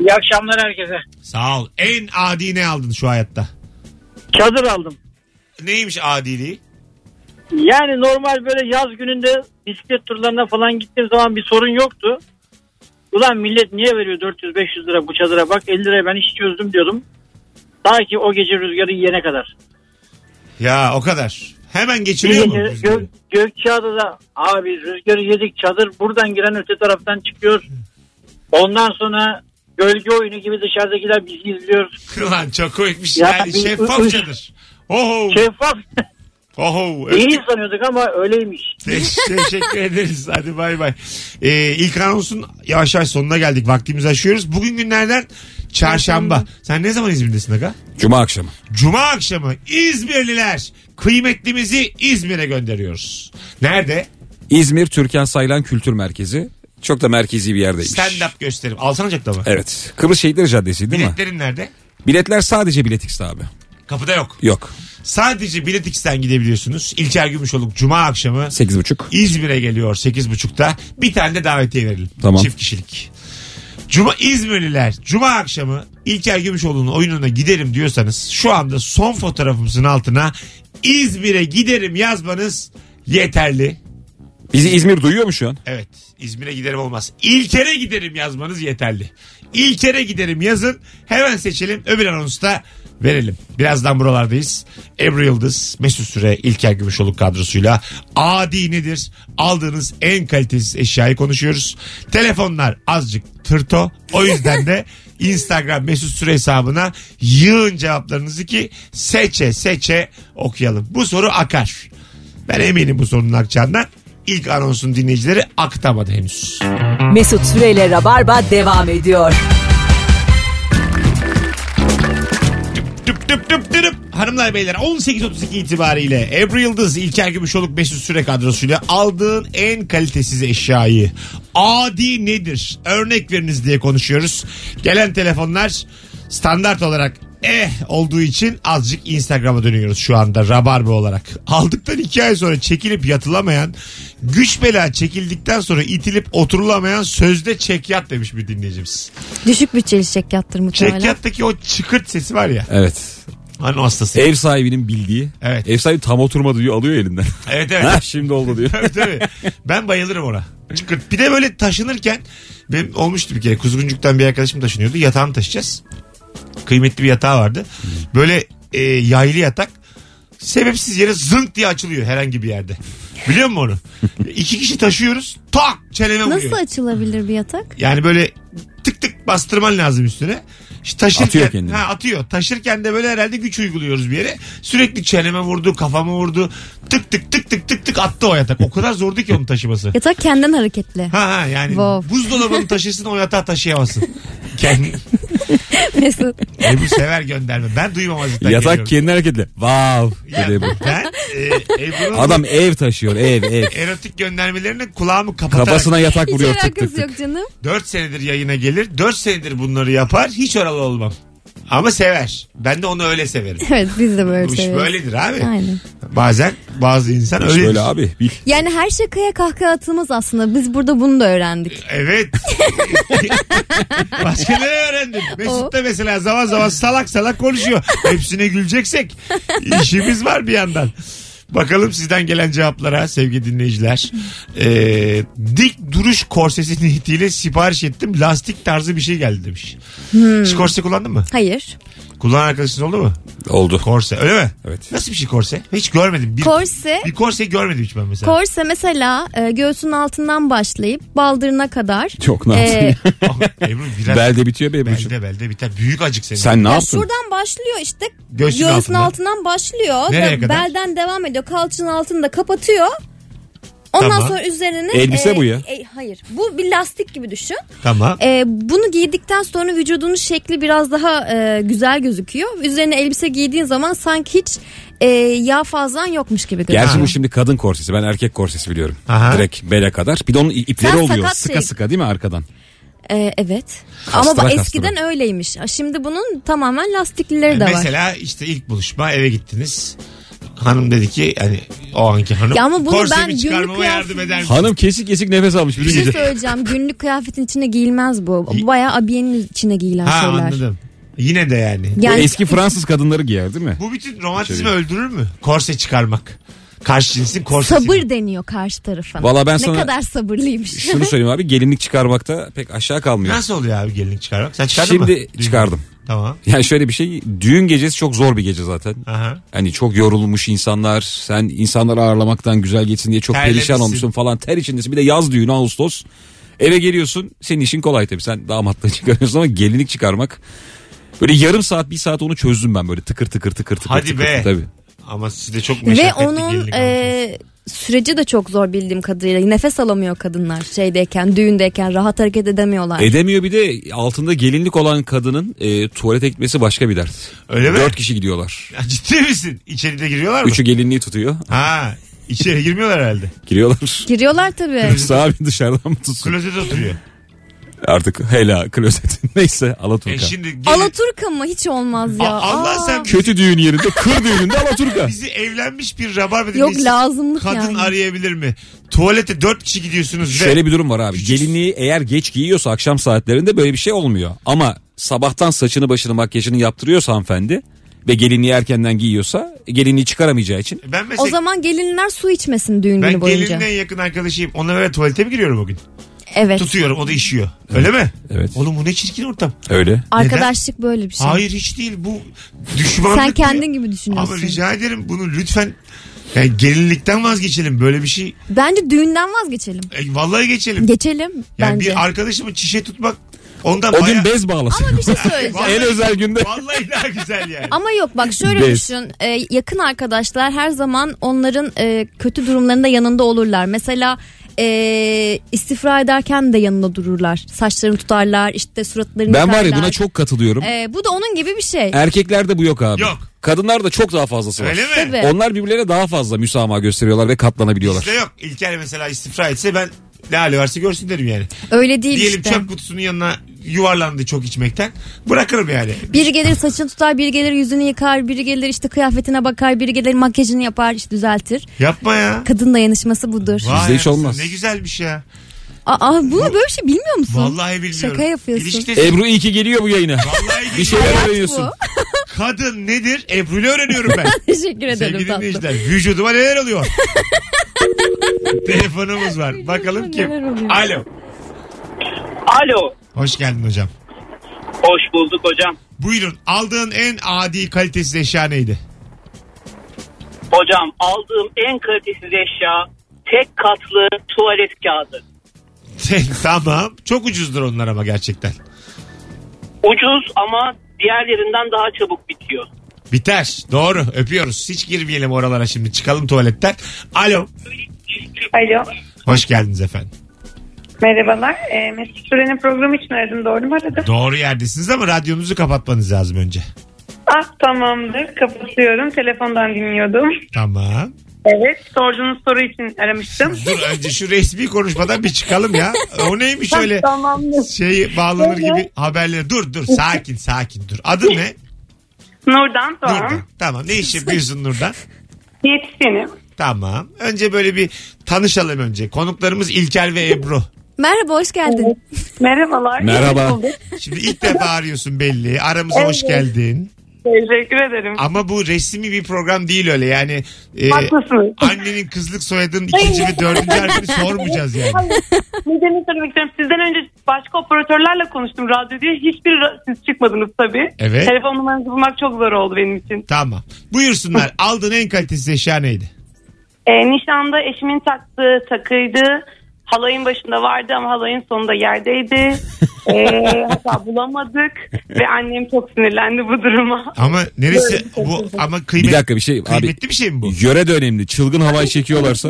Speaker 5: İyi akşamlar herkese.
Speaker 2: Sağ ol. En adi ne aldın şu hayatta?
Speaker 5: Çadır aldım.
Speaker 2: Neymiş adiliği?
Speaker 5: Yani normal böyle yaz gününde bisiklet turlarına falan gittiğim zaman bir sorun yoktu. Ulan millet niye veriyor 400-500 lira bu çadıra bak 50 liraya ben iş çözdüm diyordum. Ta ki o gece rüzgarı yiyene kadar.
Speaker 2: Ya o kadar. Hemen
Speaker 5: Bir
Speaker 2: geçiriyor mu?
Speaker 5: gece Gök, Gökçeada'da abi rüzgarı yedik çadır buradan giren öte taraftan çıkıyor. Ondan sonra gölge oyunu gibi dışarıdakiler bizi izliyor.
Speaker 2: Lan çok koymuş.
Speaker 5: Ya
Speaker 2: Yani
Speaker 5: bir- Şey-
Speaker 2: şeffafçadır. Oho.
Speaker 5: Şeffaf
Speaker 2: Oho. Evet.
Speaker 5: değil sanıyorduk ama öyleymiş.
Speaker 2: Te- Teşekkür ederiz. Hadi bay bay. Ee, ilk anonsun yavaş yavaş sonuna geldik. Vaktimizi aşıyoruz. Bugün günlerden çarşamba. Sen ne zaman İzmir'desin Aga?
Speaker 3: Cuma akşamı.
Speaker 2: Cuma akşamı İzmirliler kıymetlimizi İzmir'e gönderiyoruz. Nerede?
Speaker 3: İzmir Türkan Saylan Kültür Merkezi. Çok da merkezi bir yerdeymiş.
Speaker 2: Stand-up gösterim. Alsancak'ta mı?
Speaker 3: Evet. Kıbrıs Şehitleri Caddesi değil mi?
Speaker 2: Biletlerin nerede?
Speaker 3: Biletler sadece biletix'te abi.
Speaker 2: Kapıda yok.
Speaker 3: Yok.
Speaker 2: Sadece Bilet X'ten gidebiliyorsunuz. İlker Gümüşoluk Cuma akşamı
Speaker 3: 8.30.
Speaker 2: İzmir'e geliyor 8.30'da. Bir tane de davetiye verelim.
Speaker 3: Tamam.
Speaker 2: Çift kişilik. Cuma İzmirliler Cuma akşamı İlker Gümüşoğlu'nun oyununa giderim diyorsanız şu anda son fotoğrafımızın altına İzmir'e giderim yazmanız yeterli.
Speaker 3: Bizi İzmir duyuyor mu şu an?
Speaker 2: Evet İzmir'e giderim olmaz. İlker'e giderim yazmanız yeterli. İlker'e giderim yazın hemen seçelim öbür anonsu da verelim. Birazdan buralardayız. Ebru Yıldız, Mesut Süre, İlker Gümüşoluk kadrosuyla adi nedir? Aldığınız en kalitesiz eşyayı konuşuyoruz. Telefonlar azıcık tırto. O yüzden de Instagram Mesut Süre hesabına yığın cevaplarınızı ki seçe seçe okuyalım. Bu soru akar. Ben eminim bu sorunun akacağından. İlk anonsun dinleyicileri aktamadı henüz.
Speaker 1: Mesut Süreyle Rabarba devam ediyor.
Speaker 2: Tıp tıp tıp tırıp. Hanımlar beyler 18.32 itibariyle Ebru Yıldız, İlker Gümüşoluk, Mesut Süre kadrosuyla aldığın en kalitesiz eşyayı adi nedir? Örnek veriniz diye konuşuyoruz. Gelen telefonlar standart olarak eh olduğu için azıcık Instagram'a dönüyoruz şu anda rabarbe olarak. Aldıktan iki ay sonra çekilip yatılamayan, güç bela çekildikten sonra itilip oturulamayan sözde çekyat demiş bir dinleyicimiz.
Speaker 4: Düşük bütçeli çekyattır muhtemelen.
Speaker 2: Çekyattaki o çıkırt sesi var ya.
Speaker 3: Evet.
Speaker 2: Hani o hastası.
Speaker 3: Ev sahibinin bildiği.
Speaker 2: Evet.
Speaker 3: Ev sahibi tam oturmadı diyor alıyor elinden.
Speaker 2: Evet
Speaker 3: ha
Speaker 2: evet.
Speaker 3: şimdi oldu diyor.
Speaker 2: tabii tabii. Ben bayılırım ona. Çıkırt. Bir de böyle taşınırken benim olmuştu bir kere. Kuzguncuk'tan bir arkadaşım taşınıyordu. Yatağını taşıyacağız. Kıymetli bir yatağı vardı. Böyle e, yaylı yatak. Sebepsiz yere zınk diye açılıyor herhangi bir yerde. Biliyor musun onu? İki kişi taşıyoruz. Tak çeneme vuruyor.
Speaker 4: Nasıl açılabilir bir yatak?
Speaker 2: Yani böyle tık tık bastırman lazım üstüne. İşte taşırken,
Speaker 3: Atıyor kendini.
Speaker 2: Ha, atıyor. Taşırken de böyle herhalde güç uyguluyoruz bir yere. Sürekli çeneme vurdu, kafama vurdu. Tık tık tık tık tık tık attı o yatak. O kadar zordu ki onun taşıması.
Speaker 4: Yatak kendinden hareketli.
Speaker 2: Ha ha yani
Speaker 4: Wow.
Speaker 2: buzdolabını taşısın o yatağı taşıyamazsın. Kendi,
Speaker 4: Mesut.
Speaker 2: Ebru sever gönderme. Ben duymamazlıktan
Speaker 3: Yatak
Speaker 2: geliyorum.
Speaker 3: kendi hareketle. Wow. dedi
Speaker 2: Ya,
Speaker 3: Ebru.
Speaker 2: ben e, Ebru'nun
Speaker 3: Adam ev taşıyor ev ev.
Speaker 2: erotik göndermelerini kulağımı kapatarak
Speaker 3: Kafasına yatak
Speaker 4: Hiç
Speaker 3: vuruyor tık tık
Speaker 4: alakası
Speaker 3: tık.
Speaker 4: yok canım.
Speaker 2: 4 senedir yayına gelir. 4 senedir bunları yapar. Hiç oralı olmam. Ama sever. Ben de onu öyle severim.
Speaker 4: Evet biz de böyle
Speaker 2: Bu iş
Speaker 4: seviyoruz.
Speaker 2: böyledir abi.
Speaker 4: Aynen.
Speaker 2: Bazen bazı insan
Speaker 3: İşte
Speaker 2: öyle.
Speaker 4: şey.
Speaker 3: Öyle abi bil.
Speaker 4: Yani her şakaya kahkaha atılmaz aslında. Biz burada bunu da öğrendik.
Speaker 2: Evet. Başka ne öğrendin? Mesut da mesela zaman zaman salak salak konuşuyor. Hepsine güleceksek işimiz var bir yandan. Bakalım sizden gelen cevaplara sevgili dinleyiciler. Ee, dik duruş korsesi niyetiyle sipariş ettim. Lastik tarzı bir şey geldi demiş.
Speaker 4: Hmm.
Speaker 2: Hiç korse kullandın mı?
Speaker 4: Hayır.
Speaker 2: Kullanan arkadaşın oldu mu?
Speaker 3: Oldu.
Speaker 2: Korse öyle mi?
Speaker 3: Evet.
Speaker 2: Nasıl bir şey korse? Hiç görmedim. Bir,
Speaker 4: Korse
Speaker 2: bir korse görmedim hiç ben mesela.
Speaker 4: Korse mesela e, göğsün altından başlayıp baldırına kadar.
Speaker 3: Çok nazik.
Speaker 4: E,
Speaker 2: Ebru biraz
Speaker 3: Belde bitiyor be Ebru'cum.
Speaker 2: belde belde biter. Büyük acık senin.
Speaker 3: Sen ne
Speaker 4: Ee, ya
Speaker 3: yaptın?
Speaker 4: şuradan başlıyor işte
Speaker 2: Göğsün
Speaker 4: göğsün,
Speaker 2: altından.
Speaker 4: altından başlıyor.
Speaker 2: Nereye
Speaker 4: Da-
Speaker 2: kadar?
Speaker 4: Belden devam ediyor. Kalçanın altını da kapatıyor. Ondan
Speaker 2: Tamam.
Speaker 4: sonra üzerine
Speaker 3: Elbise bu ya.
Speaker 4: e, hayır. Bu bir lastik gibi düşün.
Speaker 2: Tamam.
Speaker 4: E, bunu giydikten sonra vücudunun şekli biraz daha e, güzel gözüküyor. Üzerine elbise giydiğin zaman sanki hiç e, yağ fazlan yokmuş gibi gözüküyor.
Speaker 3: Gerçi bu şimdi kadın korsesi. Ben erkek korsesi biliyorum.
Speaker 2: Aha.
Speaker 3: Direkt bele kadar. Bir de onun ipleri
Speaker 4: Sen
Speaker 3: oluyor.
Speaker 4: sakat
Speaker 3: Sıka
Speaker 4: şey.
Speaker 3: sıka değil mi arkadan?
Speaker 4: E, evet. Ama
Speaker 3: Kastıra
Speaker 4: bu
Speaker 3: kastıra.
Speaker 4: eskiden öyleymiş. Şimdi bunun tamamen
Speaker 3: E,
Speaker 4: lastiklileri de var.
Speaker 2: E, Mesela işte ilk buluşma eve gittiniz. Hanım dedi ki hani o anki hanım.
Speaker 4: Ya ama bunu
Speaker 2: "Korsemi
Speaker 4: ben günlük
Speaker 2: çıkarmama yardım
Speaker 4: kıyafet-
Speaker 2: eder misin?
Speaker 3: Hanım kesik kesik nefes almış
Speaker 4: Bir
Speaker 3: bütün
Speaker 4: şey
Speaker 3: gece.
Speaker 4: söyleyeceğim. Günlük kıyafetin içine giyilmez bu. Bu Bayağı abiyenin içine giyilen
Speaker 2: Ha
Speaker 4: şeyler.
Speaker 2: anladım. Yine de yani.
Speaker 3: Bu
Speaker 4: Yani
Speaker 3: Eski Fransız kadınları giyer değil mi?
Speaker 2: Bu bütün romantizmi öldürür mü? Korse çıkarmak. Karşı cinsin korsesi.
Speaker 4: sabır deniyor karşı tarafına.
Speaker 3: Valla ben
Speaker 4: ne
Speaker 3: sana-
Speaker 4: kadar sabırlıymış.
Speaker 3: Şunu söyleyeyim abi gelinlik çıkarmakta pek aşağı kalmıyor.
Speaker 2: Nasıl oluyor abi gelinlik çıkarmak? Sen çıkardın mı?
Speaker 3: Şimdi
Speaker 2: Düğün.
Speaker 3: çıkardım.
Speaker 2: Tamam.
Speaker 3: Yani şöyle bir şey düğün gecesi çok zor bir gece zaten.
Speaker 2: Aha.
Speaker 3: Hani çok yorulmuş insanlar sen insanları ağırlamaktan güzel geçsin diye çok
Speaker 2: Terlemişsin.
Speaker 3: perişan olmuşsun falan ter içindesin. Bir de yaz düğünü Ağustos eve geliyorsun senin işin kolay tabii sen damatla çıkarıyorsun ama gelinlik çıkarmak. Böyle yarım saat bir saat onu çözdüm ben böyle tıkır tıkır tıkır tıkır.
Speaker 2: Hadi
Speaker 3: tıkır,
Speaker 2: be.
Speaker 3: Tabii.
Speaker 2: Ama sizde çok
Speaker 4: Ve
Speaker 2: meşakkatli
Speaker 4: onun
Speaker 2: gelinlik almışsınız.
Speaker 4: e, süreci de çok zor bildiğim kadarıyla. Nefes alamıyor kadınlar şeydeyken, düğündeyken rahat hareket edemiyorlar.
Speaker 3: Edemiyor bir de altında gelinlik olan kadının e, tuvalete gitmesi başka bir dert.
Speaker 2: Öyle mi?
Speaker 3: Dört kişi gidiyorlar.
Speaker 2: Ya Ciddi misin? İçeride giriyorlar mı?
Speaker 3: Üçü gelinliği tutuyor.
Speaker 2: Ha içeri girmiyorlar herhalde.
Speaker 3: Giriyorlar.
Speaker 4: Giriyorlar tabii.
Speaker 3: Sağ bir dışarıdan mı tutsun?
Speaker 2: Klozete oturuyor.
Speaker 3: Artık hela klozetin neyse Alaturka.
Speaker 2: E şimdi gelin-
Speaker 4: Alaturka mı hiç olmaz ya.
Speaker 2: A- Allah
Speaker 4: Aa.
Speaker 2: sen
Speaker 3: Kötü düğün yerinde kır düğününde Alaturka.
Speaker 2: bizi evlenmiş bir rabar ve
Speaker 4: Yok lazımlık
Speaker 2: kadın
Speaker 4: yani.
Speaker 2: arayabilir mi? Tuvalete dört kişi gidiyorsunuz ve
Speaker 3: Şöyle bir durum var abi. Gelinliği eğer geç giyiyorsa akşam saatlerinde böyle bir şey olmuyor. Ama sabahtan saçını başını makyajını yaptırıyorsa hanımefendi ve gelinliği erkenden giyiyorsa gelinliği çıkaramayacağı için
Speaker 2: ben mesela
Speaker 4: o zaman gelinler su içmesin düğün
Speaker 2: şey- ben
Speaker 4: günü boyunca.
Speaker 2: gelinle en yakın arkadaşıyım. Ona böyle tuvalete mi giriyorum o gün?
Speaker 4: Evet.
Speaker 2: Tutuyorum o da işiyor. Öyle mi?
Speaker 3: Evet.
Speaker 2: Oğlum bu ne çirkin ortam.
Speaker 3: öyle.
Speaker 4: Arkadaşlık böyle bir şey.
Speaker 2: Hayır hiç değil bu düşmanlık.
Speaker 4: Sen kendin
Speaker 2: diye.
Speaker 4: gibi düşünüyorsun.
Speaker 2: Ama şey rica ederim bunu lütfen yani gelinlikten vazgeçelim böyle bir şey.
Speaker 4: Bence düğünden vazgeçelim.
Speaker 2: E, vallahi geçelim.
Speaker 4: Geçelim
Speaker 2: yani
Speaker 4: bence.
Speaker 2: bir arkadaşımı çişe tutmak ondan
Speaker 3: O
Speaker 2: bayağı-
Speaker 3: gün bez bağlasın.
Speaker 4: Ama bir şey söyleyeceğim.
Speaker 2: Vallahi-
Speaker 3: En özel günde.
Speaker 2: Vallahi daha güzel yani.
Speaker 4: Ama yok bak şöyle
Speaker 3: Bez.
Speaker 4: düşün. Ee, yakın arkadaşlar her zaman onların e, kötü durumlarında yanında olurlar. Mesela e, istifra ederken de yanında dururlar. Saçlarını tutarlar, işte suratlarını
Speaker 3: Ben var ya
Speaker 4: yıkarlar.
Speaker 3: buna çok katılıyorum.
Speaker 4: Ee, bu da onun gibi bir şey.
Speaker 3: Erkeklerde bu yok abi.
Speaker 2: Yok.
Speaker 3: Kadınlarda çok daha fazlası var.
Speaker 2: Öyle mi?
Speaker 4: Tabii.
Speaker 3: Onlar birbirlerine daha fazla müsamaha gösteriyorlar ve katlanabiliyorlar.
Speaker 2: Bizde yok. İlker mesela istifra etse ben ne hali varsa görsün derim yani.
Speaker 4: Öyle değil
Speaker 2: Diyelim
Speaker 4: işte.
Speaker 2: çöp kutusunun yanına yuvarlandı çok içmekten. Bırakırım yani.
Speaker 4: Biri gelir saçını tutar, biri gelir yüzünü yıkar, biri gelir işte kıyafetine bakar, biri gelir makyajını yapar, işte düzeltir.
Speaker 2: Yapma ya.
Speaker 4: Kadın dayanışması budur.
Speaker 2: Vay
Speaker 3: Bizde hiç
Speaker 2: anasını,
Speaker 3: olmaz.
Speaker 2: Ne güzelmiş ya.
Speaker 4: Aa, bunu böyle bir şey bilmiyor musun?
Speaker 2: Vallahi bilmiyorum.
Speaker 4: Şaka yapıyorsun.
Speaker 2: İlişkide-
Speaker 3: Ebru iyi ki geliyor bu yayına.
Speaker 2: Vallahi
Speaker 3: Bir
Speaker 2: şey...
Speaker 3: şeyler
Speaker 4: Bu.
Speaker 3: öğreniyorsun.
Speaker 2: Kadın nedir? Ebru'yla öğreniyorum ben.
Speaker 4: Teşekkür ederim
Speaker 2: Sevgili
Speaker 4: tatlım.
Speaker 2: dinleyiciler vücuduma neler oluyor? Telefonumuz var. Bakalım kim?
Speaker 4: Neler oluyor?
Speaker 2: Alo.
Speaker 5: Alo.
Speaker 2: Hoş geldin hocam.
Speaker 5: Hoş bulduk hocam.
Speaker 2: Buyurun aldığın en adi kalitesiz eşya neydi?
Speaker 5: Hocam aldığım en kalitesiz eşya tek katlı tuvalet kağıdı.
Speaker 2: tamam. Çok ucuzdur onlar ama gerçekten.
Speaker 5: Ucuz ama diğerlerinden daha çabuk bitiyor.
Speaker 2: Biter. Doğru. Öpüyoruz. Hiç girmeyelim oralara şimdi. Çıkalım tuvaletten. Alo.
Speaker 9: Alo.
Speaker 2: Hoş geldiniz efendim.
Speaker 9: Merhabalar. Ee, Mesut Süren'in programı için aradım. Doğru mu aradım?
Speaker 2: Doğru yerdesiniz ama radyonuzu kapatmanız lazım önce.
Speaker 9: ah tamamdır. Kapatıyorum. Telefondan dinliyordum.
Speaker 2: Tamam.
Speaker 9: Evet. Sorduğunuz soru için aramıştım.
Speaker 2: Dur önce şu resmi konuşmadan bir çıkalım ya. O neymiş
Speaker 9: Ah,
Speaker 2: öyle
Speaker 9: Tamamdır.
Speaker 2: şey bağlanır gibi haberleri. Dur dur sakin sakin dur. Adın ne?
Speaker 9: Nurdan
Speaker 2: Nurdan.
Speaker 9: Doğan.
Speaker 2: Tamam ne iş yapıyorsun Nurdan?
Speaker 9: Diyetisyenim.
Speaker 2: Tamam. Önce böyle bir tanışalım önce. Konuklarımız İlker ve Ebru.
Speaker 4: Merhaba hoş geldin.
Speaker 9: Merhabalar.
Speaker 3: Merhaba.
Speaker 9: Hoş bulduk.
Speaker 2: Şimdi ilk defa arıyorsun belli. Aramıza hoş
Speaker 9: Evet.
Speaker 2: geldin.
Speaker 9: Teşekkür ederim.
Speaker 2: Ama bu resmi bir program değil öyle yani. e,
Speaker 9: Haklısınız.
Speaker 2: annenin kızlık soyadının ikinci ve dördüncü harfini sormayacağız yani.
Speaker 9: Nedenini söylemek istiyorum. Sizden önce başka operatörlerle konuştum radyo diye. Hiçbir ra- siz çıkmadınız tabii.
Speaker 2: Evet.
Speaker 9: Telefon numaranızı bulmak çok zor oldu benim için.
Speaker 2: Tamam. Buyursunlar. Aldığın en kalitesiz eşya neydi?
Speaker 9: Ee, nişanda eşimin taktığı takıydı. Halayın başında vardı ama halayın sonunda yerdeydi. Ee, hatta bulamadık ve annem çok sinirlendi bu duruma.
Speaker 2: Ama neresi bu ama kıymet,
Speaker 3: Bir dakika bir şey abi.
Speaker 2: kıymetli bir şey mi bu?
Speaker 3: Yöre de önemli. Çılgın havayı çekiyorlarsa.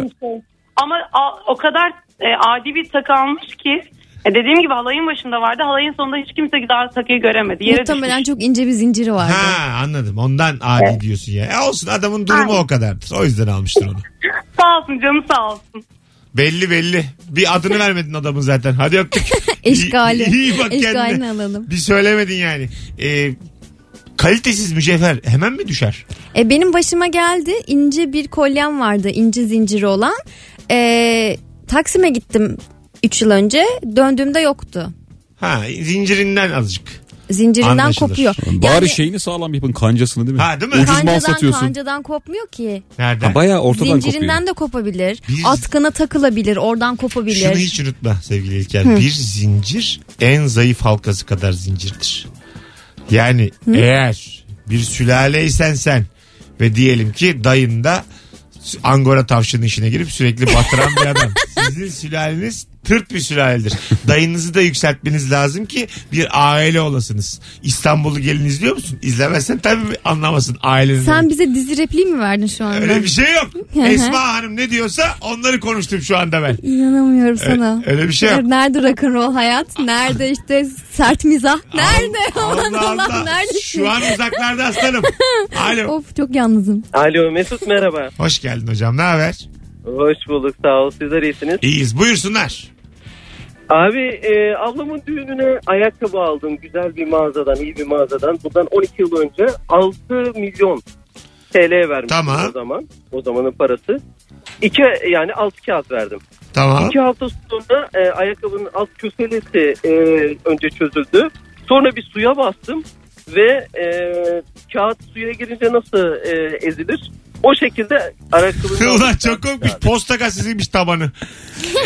Speaker 9: Ama a- o kadar e, adi bir takı almış ki e, dediğim gibi halayın başında vardı. Halayın sonunda hiç kimse daha takıyı göremedi. Yere
Speaker 4: Muhtemelen
Speaker 9: düşmüş.
Speaker 4: çok ince bir zinciri vardı.
Speaker 2: Ha anladım. Ondan adi diyorsun ya. E olsun adamın durumu o kadardır. O yüzden almıştır onu.
Speaker 9: Sağ olsun canım sağ olsun.
Speaker 2: Belli belli. Bir adını vermedin adamın zaten. Hadi öptük.
Speaker 4: Eşkali.
Speaker 2: İyi, iyi bak
Speaker 4: Eşkalini
Speaker 2: kendine.
Speaker 4: alalım.
Speaker 2: Bir söylemedin yani. Ee, kalitesiz mücevher hemen mi düşer?
Speaker 4: E, benim başıma geldi ince bir kolyem vardı ince zinciri olan. E, Taksim'e gittim 3 yıl önce döndüğümde yoktu.
Speaker 2: Ha zincirinden azıcık.
Speaker 4: Zincirinden
Speaker 2: Anlaşılır.
Speaker 4: kopuyor.
Speaker 3: Bari şeyini sağlam yapın kancasını değil mi?
Speaker 2: Ha, değil mi?
Speaker 3: Ucuz mal
Speaker 4: Kancadan,
Speaker 3: satıyorsun.
Speaker 4: kancadan kopmuyor ki.
Speaker 2: Nereden?
Speaker 3: Ha, bayağı ortadan
Speaker 4: Zincirinden de kopabilir.
Speaker 2: Biz-
Speaker 4: Atkına takılabilir. Oradan kopabilir.
Speaker 2: Şunu hiç unutma sevgili İlker. Bir zincir en zayıf halkası kadar zincirdir. Yani eğer bir sülaleysen sen ve diyelim ki dayın da sü- angora tavşanın işine girip sürekli batıran bir adam. Sizin sülaleniz tırt bir sülaledir. Dayınızı da yükseltmeniz lazım ki bir aile olasınız. İstanbul'u gelin izliyor musun? İzlemezsen tabii anlamasın ailenin.
Speaker 4: Sen bize dizi repliği mi verdin şu anda?
Speaker 2: Öyle bir şey yok.
Speaker 4: Hı hı.
Speaker 2: Esma Hanım ne diyorsa onları konuştum şu anda ben.
Speaker 4: İnanamıyorum sana. E,
Speaker 2: öyle bir şey yok.
Speaker 4: Nerede rock'n'roll hayat? Nerede işte sert mizah? Nerede? Aman
Speaker 2: Allah
Speaker 4: Allah,
Speaker 2: Allah.
Speaker 4: nerede?
Speaker 2: Şu an uzaklarda aslanım. Alo.
Speaker 4: Of çok yalnızım.
Speaker 5: Alo Mesut merhaba.
Speaker 2: Hoş geldin hocam. Ne haber?
Speaker 5: Hoş bulduk sağ ol sizler iyisiniz.
Speaker 2: İyiyiz. Buyursunlar.
Speaker 5: Abi e, ablamın düğününe ayakkabı aldım güzel bir mağazadan iyi bir mağazadan. Bundan 12 yıl önce 6 milyon TL vermiştim
Speaker 2: Tamam.
Speaker 5: o zaman. O zamanın parası. İki yani 6 kağıt verdim.
Speaker 2: Tamam.
Speaker 5: İki hafta sonra e, ayakkabının alt köselesi e, önce çözüldü. Sonra bir suya bastım ve e, kağıt suya girince nasıl e, ezilir? O şekilde ayakkabının...
Speaker 2: Ulan çok komikmiş. Posta gazetesiymiş tabanı.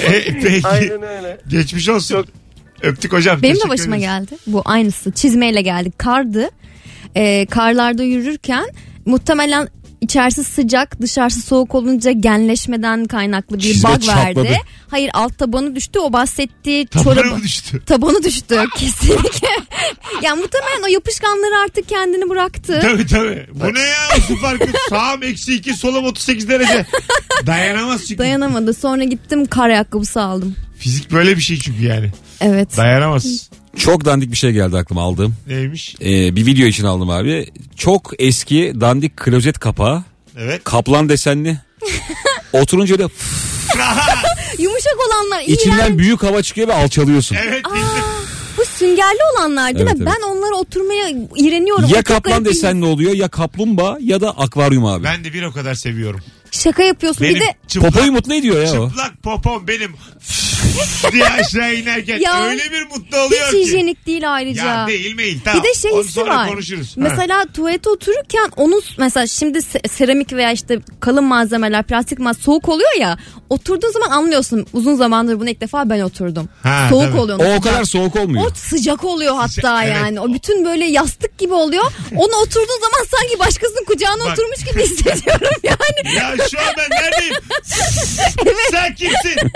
Speaker 2: E, peki.
Speaker 5: Aynen öyle.
Speaker 2: Geçmiş olsun.
Speaker 5: Çok-
Speaker 2: Öptük hocam.
Speaker 4: Benim de
Speaker 2: Teşekkür
Speaker 4: başıma
Speaker 2: ederiz.
Speaker 4: geldi. Bu aynısı. Çizmeyle geldi. Kardı. Ee, karlarda yürürken muhtemelen içerisi sıcak dışarısı soğuk olunca genleşmeden kaynaklı bir
Speaker 3: Çizme
Speaker 4: bug
Speaker 3: çatladı.
Speaker 4: verdi. Hayır alt tabanı düştü. O bahsettiği
Speaker 2: Tabana
Speaker 4: çorabı.
Speaker 2: mı düştü?
Speaker 4: Tabanı düştü kesinlikle. yani muhtemelen o yapışkanları artık kendini bıraktı.
Speaker 2: Tabii tabii. Bu ne ya? Su farkı. Sağım eksi iki, solum 38 derece. Dayanamaz çünkü.
Speaker 4: Dayanamadı. Sonra gittim kar ayakkabısı aldım.
Speaker 2: Fizik böyle bir şey çünkü yani.
Speaker 4: Evet.
Speaker 2: Dayanamaz.
Speaker 3: Çok dandik bir şey geldi aklıma aldığım.
Speaker 2: Neymiş?
Speaker 3: Ee, bir video için aldım abi. Çok eski dandik klozet kapağı.
Speaker 2: Evet.
Speaker 3: Kaplan desenli. Oturunca öyle fıf,
Speaker 4: Yumuşak olanlar. iğrenç.
Speaker 3: içinden büyük hava çıkıyor ve alçalıyorsun.
Speaker 2: Evet.
Speaker 4: Bu süngerli olanlar değil
Speaker 3: Evet,
Speaker 4: mi?
Speaker 3: evet.
Speaker 4: Ben onlara oturmaya iğreniyorum. O
Speaker 3: Ya
Speaker 4: çok
Speaker 3: kaplan
Speaker 4: garip bir-
Speaker 3: desen ne oluyor ya kaplumbağa ya da akvaryum abi.
Speaker 2: Ben de bir o kadar seviyorum.
Speaker 4: Şaka yapıyorsun.
Speaker 2: Benim
Speaker 4: Bir de
Speaker 2: çıplak,
Speaker 3: Popoyu mutlu ediyor ya o.
Speaker 2: çıplak popom benim diye aşağı inerken
Speaker 4: Ya,
Speaker 2: öyle bir mutlu oluyor
Speaker 4: hiç
Speaker 2: ki.
Speaker 4: hijyenik değil ayrıca.
Speaker 2: Ya değil meyil tamam.
Speaker 4: Bir de şey
Speaker 2: Onu
Speaker 4: hissi
Speaker 2: sonra
Speaker 4: var.
Speaker 2: konuşuruz. Ha.
Speaker 4: Mesela tuvalete otururken onu mesela şimdi se- seramik veya işte kalın malzemeler plastik mal soğuk oluyor ya oturduğun zaman anlıyorsun uzun zamandır bunu ilk defa ben oturdum.
Speaker 2: Ha,
Speaker 4: soğuk
Speaker 2: tabii.
Speaker 4: oluyor.
Speaker 3: O o kadar soğuk
Speaker 4: O
Speaker 3: olmuyor.
Speaker 4: sıcak oluyor hatta
Speaker 2: Sıcak, evet.
Speaker 4: yani. O bütün böyle yastık gibi oluyor. Onu oturduğun zaman sanki başkasının kucağına
Speaker 2: Bak.
Speaker 4: oturmuş gibi hissediyorum yani.
Speaker 2: Ya şu an ben neredeyim? Sen kimsin?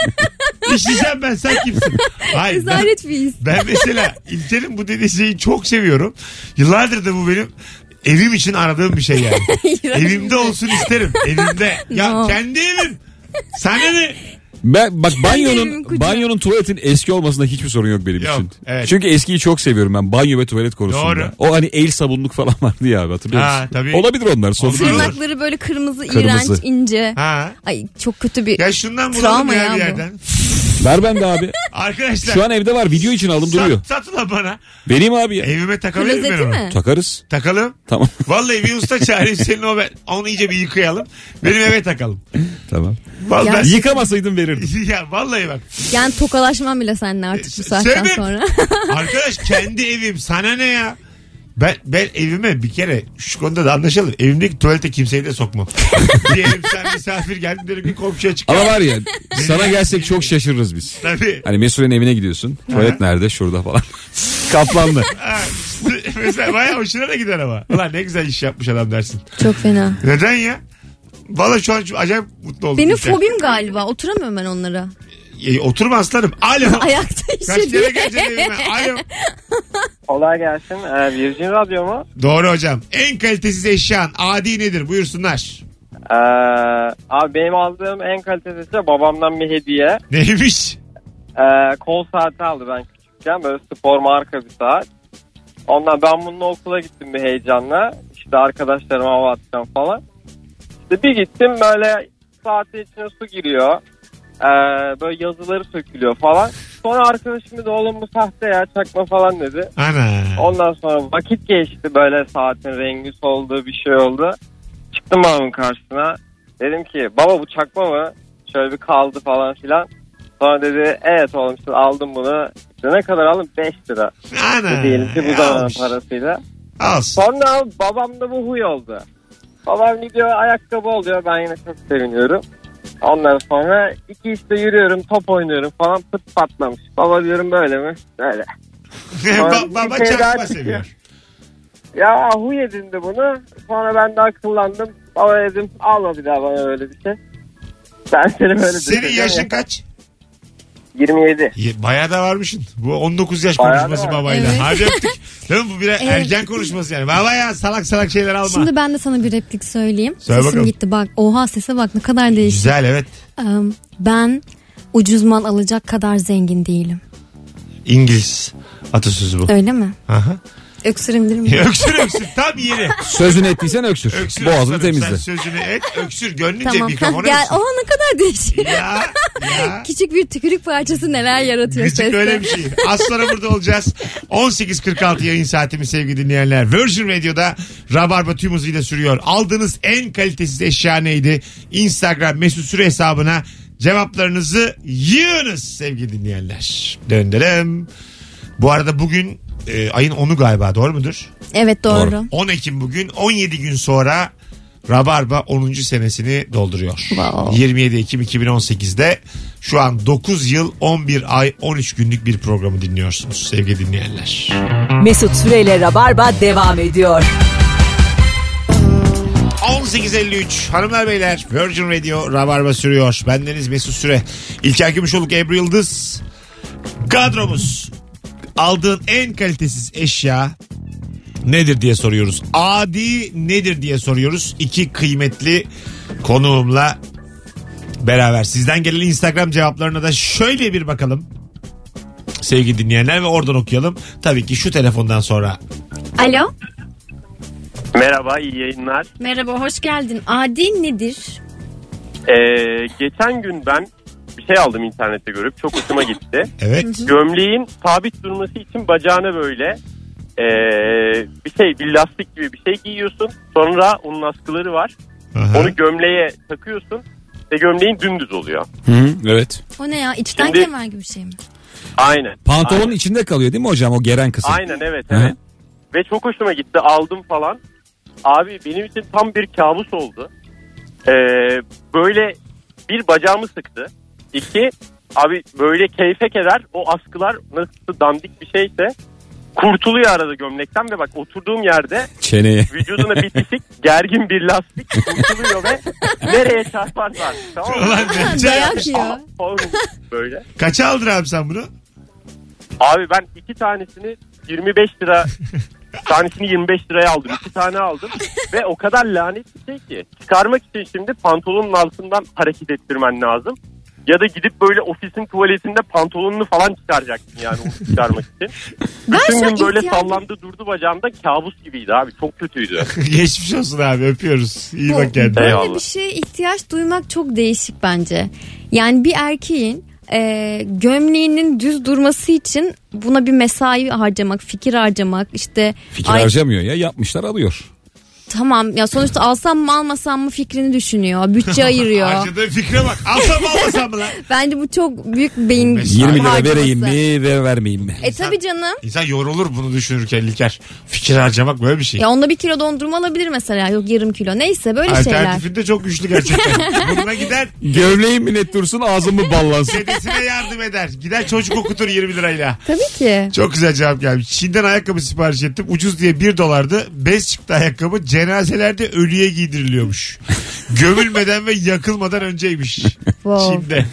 Speaker 2: İşeceğim ben sen kimsin? Hayır ben,
Speaker 4: Rezalet bir his.
Speaker 2: ben mesela İlker'in bu dediği şeyi çok seviyorum. Yıllardır da bu benim evim için aradığım bir şey yani. Evimde olsun isterim. Evimde. Ya
Speaker 4: No.
Speaker 2: kendi evim. Sana ne?
Speaker 3: Ben, bak
Speaker 4: evimin
Speaker 3: banyonun
Speaker 4: kucağı.
Speaker 3: banyonun tuvaletin eski olmasında hiçbir sorun yok benim
Speaker 2: Yok,
Speaker 3: için.
Speaker 2: evet.
Speaker 3: Çünkü eskiyi çok seviyorum ben banyo ve tuvalet konusunda.
Speaker 2: Doğru.
Speaker 3: O hani el sabunluk falan vardı ya abi hatırlıyor
Speaker 2: Ha,
Speaker 3: musun?
Speaker 2: tabii.
Speaker 3: Olabilir onlar. Son
Speaker 2: Olur.
Speaker 4: Tırnakları böyle kırmızı,
Speaker 3: Kırmızı.
Speaker 4: iğrenç, ince.
Speaker 2: Ha.
Speaker 4: Ay çok kötü bir
Speaker 2: Ya şundan bulalım
Speaker 4: Travma
Speaker 2: ya
Speaker 4: ya
Speaker 2: bir
Speaker 4: bu.
Speaker 2: yerden.
Speaker 3: Ver ben de abi.
Speaker 2: Arkadaşlar.
Speaker 3: Şu an evde var video için aldım duruyor.
Speaker 2: Sat, sat ulan bana.
Speaker 3: Vereyim abi ya.
Speaker 2: Evime takabilir miyim ben
Speaker 4: klozeti
Speaker 2: onu?
Speaker 4: mi?
Speaker 3: Takarız.
Speaker 2: Takalım.
Speaker 3: Tamam.
Speaker 2: Vallahi bir usta çağırayım senin o ben. Onu iyice bir yıkayalım. Benim eve takalım.
Speaker 3: tamam.
Speaker 2: Vallahi
Speaker 4: Ya-
Speaker 3: Yıkamasaydım verirdim.
Speaker 2: ya vallahi bak.
Speaker 4: Yani tokalaşmam bile seninle artık
Speaker 2: Ee,
Speaker 4: şu saatten
Speaker 2: Sebep?
Speaker 4: sonra.
Speaker 2: Arkadaş kendi evim sana ne ya? Ben, ben evime bir kere şu konuda da anlaşalım. Evimdeki tuvalete kimseyi de sokmam. Diyelim sen misafir geldin derim bir komşuya çık.
Speaker 3: Ama var ya sana gelsek çok şaşırırız biz.
Speaker 2: Tabii.
Speaker 3: Hani Mesure'nin evine gidiyorsun. Tuvalet nerede? Şurada falan. Kaplanlı.
Speaker 2: Ha, Mesela bayağı hoşuna da gider ama. Ulan ne güzel iş yapmış adam dersin.
Speaker 4: Çok fena.
Speaker 2: Neden ya? Valla şu an çok acayip mutlu oldum.
Speaker 4: Benim
Speaker 2: İlker.
Speaker 4: fobim galiba. Oturamıyorum ben onlara.
Speaker 2: E, oturma aslanım. Alo.
Speaker 4: Ayakta
Speaker 2: Kaç
Speaker 4: işe
Speaker 2: kere
Speaker 4: şey diye.
Speaker 2: geleceksin evime? Alo.
Speaker 5: Kolay gelsin. Ee, Virgin Radyo mu?
Speaker 2: Doğru hocam. En kalitesiz eşyan adi nedir? Buyursunlar.
Speaker 5: Ee, abi benim aldığım en kalitesi de babamdan bir hediye.
Speaker 2: Neymiş?
Speaker 5: Ee, kol saati aldı ben küçükken. Böyle spor marka bir saat. Ondan ben bununla okula gittim bir heyecanla. İşte arkadaşlarıma hava atacağım falan. İşte bir gittim böyle saatin içine su giriyor. Ee, böyle yazıları sökülüyor falan. Sonra arkadaşım dedi oğlum bu sahte ya çakma falan dedi.
Speaker 2: Ana.
Speaker 5: Ondan sonra vakit geçti böyle saatin rengi soldu bir şey oldu. Çıktım babamın karşısına. Dedim ki baba bu çakma mı? Şöyle bir kaldı falan filan. Sonra dedi evet oğlum işte aldım bunu. İşte ne kadar aldım? 5 lira.
Speaker 2: Ana. E,
Speaker 5: Diyelim ki bu zamanın
Speaker 2: Almış.
Speaker 5: parasıyla.
Speaker 2: Alsın.
Speaker 5: Sonra babamda bu huy oldu. Babam gidiyor ayakkabı oluyor. Ben yine çok seviniyorum. Ondan sonra iki işte yürüyorum top oynuyorum falan pıt patlamış. Baba diyorum böyle mi? Böyle.
Speaker 2: Ba- baba
Speaker 5: Bir şey daha
Speaker 2: çakma
Speaker 5: çıkıyor.
Speaker 2: seviyor.
Speaker 5: Ya huy edindi bunu. Sonra ben de akıllandım. Baba dedim alma bir daha bana öyle bir şey. Ben seni böyle
Speaker 2: Senin
Speaker 5: düşünüyorum
Speaker 2: yaşın
Speaker 5: ya.
Speaker 2: kaç?
Speaker 5: 27.
Speaker 2: Ye- Bayağı da varmışsın. Bu 19 yaş
Speaker 5: Bayağı da
Speaker 2: konuşması
Speaker 5: var.
Speaker 2: babayla.
Speaker 4: Evet.
Speaker 2: Harbi öptük. Değil mi? Bu bir ergen konuşması yani. Baba ya salak salak şeyler alma.
Speaker 4: Şimdi ben de sana bir replik söyleyeyim.
Speaker 2: Söyle
Speaker 4: Sesim
Speaker 2: bakalım.
Speaker 4: gitti bak. Oha sese bak ne kadar değişti.
Speaker 2: Güzel evet.
Speaker 4: Am, ben ucuz mal alacak kadar zengin değilim.
Speaker 2: İngiliz atasözü bu.
Speaker 4: Öyle mi?
Speaker 2: Aha.
Speaker 4: Öksürebilir miyim?
Speaker 2: öksür öksür tam yeri.
Speaker 3: Sözünü ettiysen öksür.
Speaker 2: Öksür.
Speaker 3: Boğazını
Speaker 2: aslanım.
Speaker 3: temizle.
Speaker 2: Sen sözünü et öksür. Gönlünce
Speaker 4: tamam.
Speaker 2: mikrofonu
Speaker 4: Gel.
Speaker 2: öksür.
Speaker 4: Oha ne kadar değişik.
Speaker 2: Ya ya.
Speaker 4: Küçük bir tükürük parçası neler yaratıyor
Speaker 2: Gıcık
Speaker 4: seste.
Speaker 2: öyle bir şey. Az sonra burada olacağız. 18.46 yayın saatimi sevgili dinleyenler. Virgin Radio'da Rabarba tüm hızıyla sürüyor. Aldığınız en kalitesiz eşya neydi? Instagram mesut süre hesabına cevaplarınızı yığınız sevgili dinleyenler. Döndürüm. Bu arada bugün e, ayın 10'u galiba doğru mudur?
Speaker 4: Evet doğru.
Speaker 2: 10 Ekim bugün 17 gün sonra Rabarba 10. senesini dolduruyor. 27 Ekim 2018'de şu an 9 yıl 11 ay 13 günlük bir programı dinliyorsunuz sevgili dinleyenler.
Speaker 1: Mesut Süreyle Rabarba devam ediyor.
Speaker 2: 18.53 hanımlar beyler Virgin Radio Rabarba sürüyor. Bendeniz Mesut Süre. İlker Gümüşoluk Ebru Yıldız. Kadromuz. Aldığın en kalitesiz eşya nedir diye soruyoruz. Adi nedir diye soruyoruz. İki kıymetli konuğumla beraber. Sizden gelen Instagram cevaplarına da şöyle bir bakalım. Sevgili dinleyenler ve oradan okuyalım. Tabii ki şu telefondan sonra.
Speaker 4: Alo.
Speaker 5: Merhaba iyi yayınlar.
Speaker 4: Merhaba hoş geldin. Adi nedir?
Speaker 5: Ee, geçen gün ben
Speaker 10: bir şey aldım internette görüp çok hoşuma gitti.
Speaker 2: Evet.
Speaker 10: Gömleğin sabit durması için bacağına böyle eee, bir şey bir lastik gibi bir şey giyiyorsun. Sonra onun askıları var.
Speaker 2: Aha.
Speaker 10: Onu gömleğe takıyorsun ve gömleğin dümdüz oluyor.
Speaker 3: Hı, evet.
Speaker 4: O ne ya içten
Speaker 10: Şimdi-
Speaker 4: kemer gibi bir şey mi?
Speaker 10: Aynen.
Speaker 3: Pantolonun
Speaker 10: Aynen.
Speaker 3: içinde kalıyor değil mi hocam o geren kısım?
Speaker 10: Aynen evet
Speaker 3: Hı.
Speaker 10: evet. Ve çok hoşuma gitti aldım şey falan. Abi benim için tam bir kabus oldu. Ee, böyle bir bacağımı sıktı. İki abi böyle keyfe keder o askılar nasıl dandik bir şeyse kurtuluyor arada gömlekten ve bak oturduğum yerde
Speaker 3: Çeneye.
Speaker 10: vücuduna bitişik gergin bir lastik kurtuluyor ve nereye çarparsan tamam mı?
Speaker 2: Ulan ne güzel
Speaker 4: Dayak
Speaker 2: yapmış.
Speaker 4: ya.
Speaker 10: böyle.
Speaker 2: Kaça aldın abi sen bunu?
Speaker 10: Abi ben iki tanesini 25 lira tanesini 25 liraya aldım. iki tane aldım. Ve o kadar lanet bir şey ki çıkarmak için şimdi pantolonun altından hareket ettirmen lazım. Ya da gidip böyle ofisin tuvaletinde pantolonunu falan çıkaracaksın yani onu çıkarmak için.
Speaker 4: Ben
Speaker 10: Bütün
Speaker 4: şu an
Speaker 10: gün böyle
Speaker 4: ihtiyacım-
Speaker 10: sallandı durdu bacağımda kabus gibiydi abi. Çok kötüydü.
Speaker 2: Geçmiş olsun abi öpüyoruz. İyi
Speaker 4: Bu-
Speaker 2: bak kendine.
Speaker 10: Eyvallah.
Speaker 4: Böyle bir şeye ihtiyaç duymak çok değişik bence. Yani bir erkeğin e, gömleğinin düz durması için buna bir mesai harcamak, fikir harcamak işte
Speaker 3: Fikir
Speaker 4: ay
Speaker 3: harcamıyor ya yapmışlar alıyor.
Speaker 4: tamam ya sonuçta alsam mı almasam mı fikrini düşünüyor, bütçe ayırıyor.
Speaker 2: Harcadığın fikre bak. Alsam almasam mı lan?
Speaker 4: bence bu çok büyük beyin
Speaker 2: Mesai.
Speaker 3: 20 lira
Speaker 4: harcaması.
Speaker 3: vereyim mi ver vermeyeyim mi?
Speaker 4: E tabi canım.
Speaker 2: İnsan yorulur bunu düşünürken İlker. Fikir harcamak böyle bir şey.
Speaker 4: Ya onda bir kilo dondurma alabilir mesela. Yok yarım kilo. Neyse böyle şeyler.
Speaker 2: Alternatifin de çok güçlü gerçekten. Bununla gider
Speaker 3: Gömleğim mi net dursun ağzım mı ballansın?
Speaker 2: dedesine yardım eder. Gider çocuk okutur 20 lirayla.
Speaker 4: Tabii ki.
Speaker 2: Çok güzel cevap gelmiş. Çin'den ayakkabı sipariş ettim. Ucuz diye 1 dolardı. Bez çıktı ayakkabı. Cenazelerde ölüye giydiriliyormuş. Gömülmeden ve yakılmadan önceymiş.
Speaker 4: Wow.
Speaker 2: Çin'de.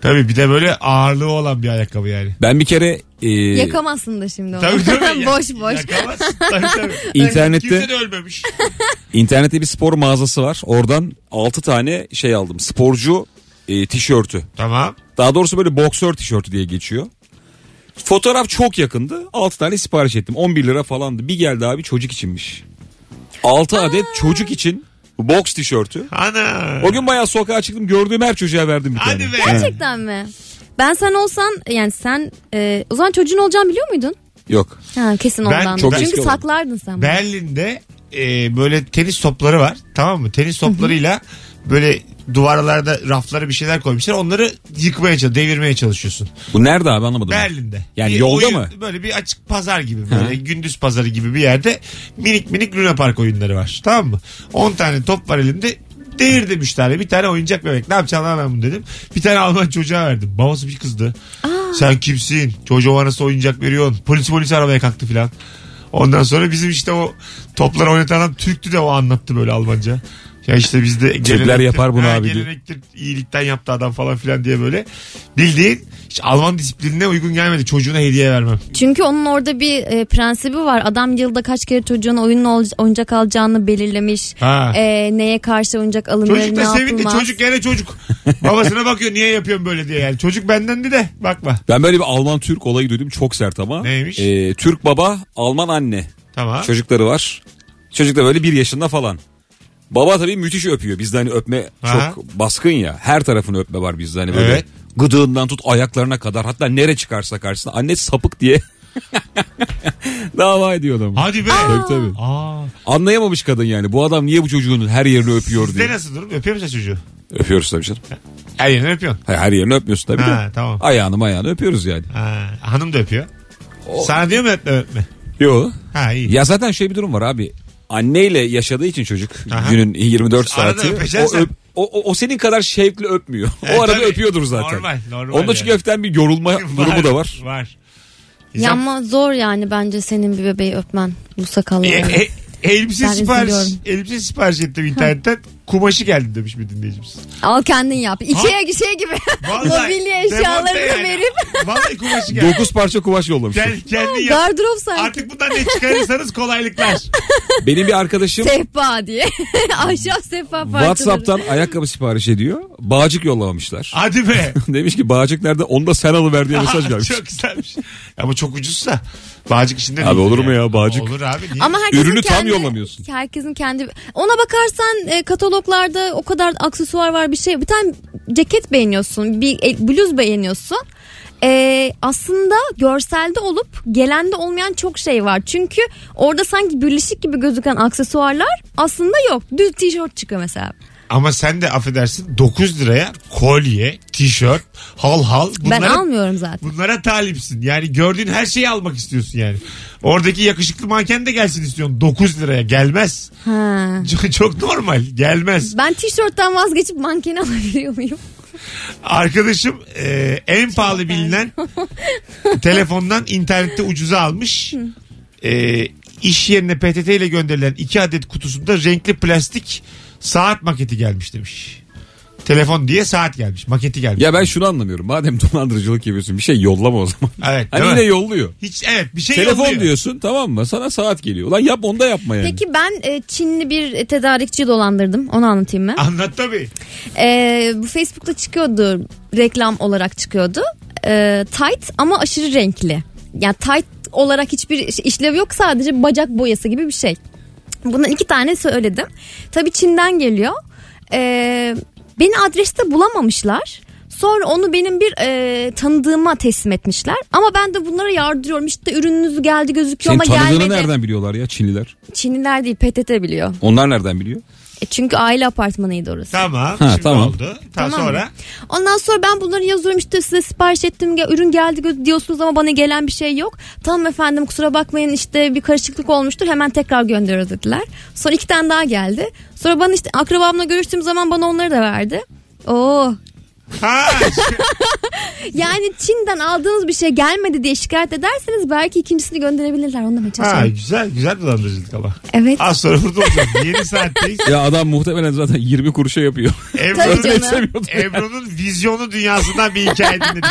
Speaker 2: Tabii bir de böyle ağırlığı olan bir ayakkabı yani.
Speaker 3: Ben bir kere e,
Speaker 4: Yakamazsın da şimdi onu.
Speaker 2: Tabii tabii.
Speaker 4: boş boş.
Speaker 2: Yakamaz. Tabii tabii. Kimse
Speaker 3: internette
Speaker 2: de ölmemiş.
Speaker 3: internette bir spor mağazası var. Oradan 6 tane şey aldım. Sporcu e, tişörtü.
Speaker 2: Tamam.
Speaker 3: Daha doğrusu böyle boksör tişörtü diye geçiyor. Fotoğraf çok yakındı. 6 tane sipariş ettim. 11 lira falandı. Bir geldi abi çocuk içinmiş. 6 adet çocuk için boks tişörtü.
Speaker 2: Ana.
Speaker 3: O gün bayağı sokağa çıktım. Gördüğüm her çocuğa verdim bir tane.
Speaker 2: Hadi be.
Speaker 4: Gerçekten mi? Ben sen olsan yani sen e, o zaman çocuğun olacağını biliyor muydun?
Speaker 3: Yok.
Speaker 4: Ha, kesin
Speaker 2: Ben-
Speaker 4: ondan.
Speaker 3: çok eski
Speaker 4: Çünkü
Speaker 3: oldum.
Speaker 4: saklardın sen. bunu.
Speaker 2: Berlin'de e, böyle tenis topları var. Tamam mı? Tenis toplarıyla böyle duvarlarda raflara bir şeyler koymuşlar. Onları yıkmaya çalış, devirmeye çalışıyorsun.
Speaker 3: Bu nerede abi anlamadım. ben.
Speaker 2: Berlin'de.
Speaker 3: Yani
Speaker 2: Bir
Speaker 3: yolda
Speaker 2: oyun-
Speaker 3: mı?
Speaker 2: Böyle bir açık pazar gibi böyle gündüz pazarı gibi bir yerde minik minik Luna Park oyunları var. Tamam mı? 10 tane top var elimde. Devirdim 3 tane. Bir tane oyuncak bebek. Ne yapacağım lan ben bunu dedim. Bir tane Alman çocuğa verdim. Babası bir kızdı. Sen kimsin? Çocuğa nasıl oyuncak veriyorsun? Polis polis arabaya kalktı filan. Ondan sonra bizim işte o topları oynatan adam Türktü de o anlattı böyle Almanca. Ya işte bizde gelenektir-
Speaker 3: yapar bunu
Speaker 2: Ha,
Speaker 3: abi diye.
Speaker 2: gelenektir, iyilikten yaptı adam falan filan diye böyle. Bildiğin hiç Alman disiplinine uygun gelmedi. Çocuğuna hediye vermem.
Speaker 4: Çünkü onun orada bir e, prensibi var. Adam yılda kaç kere çocuğun oyunun ol- oyuncak alacağını belirlemiş.
Speaker 2: Ha.
Speaker 4: E, neye karşı oyuncak alınır,
Speaker 2: Çocuk
Speaker 4: ne
Speaker 2: da sevindi.
Speaker 4: yapılmaz.
Speaker 2: Çocuk gene çocuk. Babasına bakıyor niye yapıyorum böyle diye yani. Çocuk bendendi de bakma.
Speaker 3: Ben böyle bir Alman Türk olayı duydum. Çok sert ama.
Speaker 2: Neymiş?
Speaker 3: Ee, Türk baba, Alman anne.
Speaker 2: Tamam.
Speaker 3: Çocukları var. Çocuk da böyle bir yaşında falan. Baba tabii müthiş öpüyor. Bizde hani öpme
Speaker 2: Aha.
Speaker 3: çok baskın ya. Her tarafını öpme var bizde hani böyle.
Speaker 2: Evet.
Speaker 3: Gıdığından tut ayaklarına kadar. Hatta nere çıkarsa karşısına. Anne sapık diye. Dava ediyor adam.
Speaker 2: Hadi be.
Speaker 3: Tabii tabii.
Speaker 2: Aa.
Speaker 3: Anlayamamış kadın yani. Bu adam niye bu çocuğunun her yerini öpüyor
Speaker 2: Sizde
Speaker 3: diye.
Speaker 2: nasıl durum? Öpüyor musun çocuğu?
Speaker 3: Öpüyoruz tabii canım.
Speaker 2: Her yerini öpüyorsun.
Speaker 3: Hayır, her yerini öpmüyorsun tabii
Speaker 2: Ha,
Speaker 3: de.
Speaker 2: tamam.
Speaker 3: Ayağını mayağını öpüyoruz yani.
Speaker 2: Ha, hanım da öpüyor. Sana diyor mu öpme öpme?
Speaker 3: Yok.
Speaker 2: Ha iyi.
Speaker 3: Ya zaten şey bir durum var abi. Anneyle yaşadığı için çocuk
Speaker 2: Aha.
Speaker 3: günün 24
Speaker 2: Arada
Speaker 3: saati o,
Speaker 2: öpeceksin
Speaker 3: öp- o, o, o senin kadar şevkli öpmüyor.
Speaker 2: Evet,
Speaker 3: o arada
Speaker 2: tabii.
Speaker 3: öpüyordur zaten.
Speaker 2: Normal, normal
Speaker 3: Onda çünkü
Speaker 2: yani.
Speaker 3: öften bir yorulma durumu da var.
Speaker 2: Var.
Speaker 4: Ya ama zor yani bence senin bir bebeği öpmen bu sakallı.
Speaker 2: E,
Speaker 4: olan.
Speaker 2: e, elbise
Speaker 4: Ben
Speaker 2: sipariş,
Speaker 4: üzülüyorum.
Speaker 2: elbise sipariş ettim internetten. Kumaşı geldi demiş bir dinleyicimiz.
Speaker 4: Al kendin yap. Ikea şey gibi. Mobilya
Speaker 2: demonte
Speaker 4: eşyalarını
Speaker 2: yani.
Speaker 4: verip
Speaker 2: Vallahi kumaşı geldi.
Speaker 3: 9 parça kumaş yollamış.
Speaker 2: Gel, kendi yap.
Speaker 4: gardırop sanki.
Speaker 2: Artık bundan ne çıkarırsanız kolaylıklar.
Speaker 3: Benim bir arkadaşım
Speaker 4: Şey, Sehpa diye. Ahşap sehpa parçaları.
Speaker 3: WhatsApp'tan ayakkabı sipariş ediyor. Bağcık yollamamışlar.
Speaker 2: Hadi be.
Speaker 3: Demiş ki bağcık nerede? Onu da sen alıver diye mesaj gelmiş.
Speaker 2: Ah, çok güzelmiş. Ama çok ucuzsa. Bağcık içinde
Speaker 3: Abi
Speaker 2: değil
Speaker 3: olur
Speaker 2: yani.
Speaker 3: mu ya, bağcık?
Speaker 2: Olur abi. Niye?
Speaker 4: Ama herkesin
Speaker 3: Ürünü tam
Speaker 4: kendi-
Speaker 3: yollamıyorsun.
Speaker 4: Herkesin kendi ona bakarsan e, kataloglarda o kadar aksesuar var bir şey. Bir tane ceket beğeniyorsun, bir el- bluz beğeniyorsun. Ee, aslında görselde olup gelende olmayan çok şey var. Çünkü orada sanki birleşik gibi gözüken aksesuarlar aslında yok. Düz tişört çıkıyor mesela.
Speaker 2: Ama sen de affedersin 9 liraya kolye, tişört, hal hal
Speaker 4: Ben
Speaker 2: bunlara,
Speaker 4: almıyorum zaten.
Speaker 2: bunlara talipsin. Yani gördüğün her şeyi almak istiyorsun yani. Oradaki yakışıklı manken de gelsin istiyorsun 9 liraya gelmez.
Speaker 4: Ha.
Speaker 2: Çok, çok normal gelmez.
Speaker 4: Ben tişörtten vazgeçip mankeni alabiliyor muyum?
Speaker 2: Arkadaşım e, en pahalı bilinen telefondan internette ucuza almış. E, iş yerine PTT ile gönderilen iki adet kutusunda renkli plastik saat maketi gelmiş demiş. Telefon diye saat gelmiş. Maketi gelmiş.
Speaker 3: Ya ben şunu anlamıyorum. Madem dolandırıcılık yapıyorsun bir şey yollama o zaman.
Speaker 2: Evet.
Speaker 3: Hani
Speaker 2: değil
Speaker 3: yine
Speaker 2: mi?
Speaker 3: yolluyor.
Speaker 2: Hiç evet bir şey
Speaker 3: Telefon
Speaker 2: yolluyor.
Speaker 3: diyorsun tamam mı? Sana saat geliyor. Ulan yap onu da yapma yani.
Speaker 4: Peki ben e, Çinli bir e, tedarikçi dolandırdım. Onu anlatayım mı?
Speaker 2: Anlat tabii.
Speaker 4: Ee, bu Facebook'ta çıkıyordu reklam olarak çıkıyordu Ee, tight ama aşırı renkli yani tight olarak hiçbir iş- işlevi yok sadece bacak boyası gibi bir şey bundan iki tane söyledim tabi Çin'den geliyor Ee, beni adreste bulamamışlar Sonra onu benim bir e, tanıdığıma teslim etmişler. Ama ben de bunlara yardırıyorum. İşte ürününüz geldi gözüküyor
Speaker 3: Senin
Speaker 4: ama
Speaker 3: tanıdığını
Speaker 4: gelmedi.
Speaker 3: nereden biliyorlar ya Çinliler?
Speaker 4: Çinliler değil PTT biliyor.
Speaker 3: Onlar nereden biliyor?
Speaker 4: E, çünkü aile apartmanıydı orası.
Speaker 2: Tamam.
Speaker 3: Ha,
Speaker 2: şimdi
Speaker 3: tamam.
Speaker 2: oldu. Tam
Speaker 4: Tamam.
Speaker 2: sonra
Speaker 4: Ondan sonra ben bunları yazıyorum işte size sipariş ettim ya ürün geldi gö- diyorsunuz ama bana gelen bir şey yok. Tamam efendim kusura bakmayın işte bir karışıklık olmuştur hemen tekrar gönderiyoruz dediler. Sonra iki tane daha geldi. Sonra bana işte akrabamla görüştüğüm zaman bana onları da verdi. Oo.
Speaker 2: ha,
Speaker 4: Yani Çin'den aldığınız bir şey gelmedi diye şikayet ederseniz belki ikincisini gönderebilirler. Onu demeye
Speaker 2: ha,
Speaker 4: çalışıyorum.
Speaker 2: güzel güzel dolandırıcılık ama.
Speaker 4: Evet.
Speaker 2: Az sonra burada olacağız. Yeni saatteyiz.
Speaker 3: Ya adam muhtemelen zaten 20 kuruşa yapıyor.
Speaker 2: Ebru'nun,
Speaker 4: canım.
Speaker 3: Önemsemiyordu.
Speaker 2: Ebru'nun vizyonu dünyasından bir hikaye dinledik.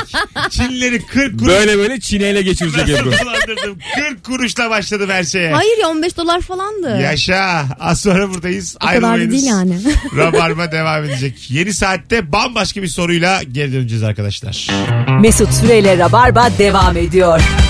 Speaker 2: Çinlileri 40 kuruş
Speaker 3: böyle böyle Çin'eyle geçirecek Ebru.
Speaker 2: Nasıl dolandırdım? 40 kuruşla başladım her şeye.
Speaker 4: Hayır ya 15 dolar falandı.
Speaker 2: Yaşa. Az sonra buradayız.
Speaker 4: o kadar da
Speaker 2: Ayrılmayınız.
Speaker 4: değil yani.
Speaker 2: Rabarba devam edecek. Yeni saatte bambaşka bir soruyla geri döneceğiz arkadaşlar.
Speaker 1: Mesut Süreyle Rabarba devam ediyor.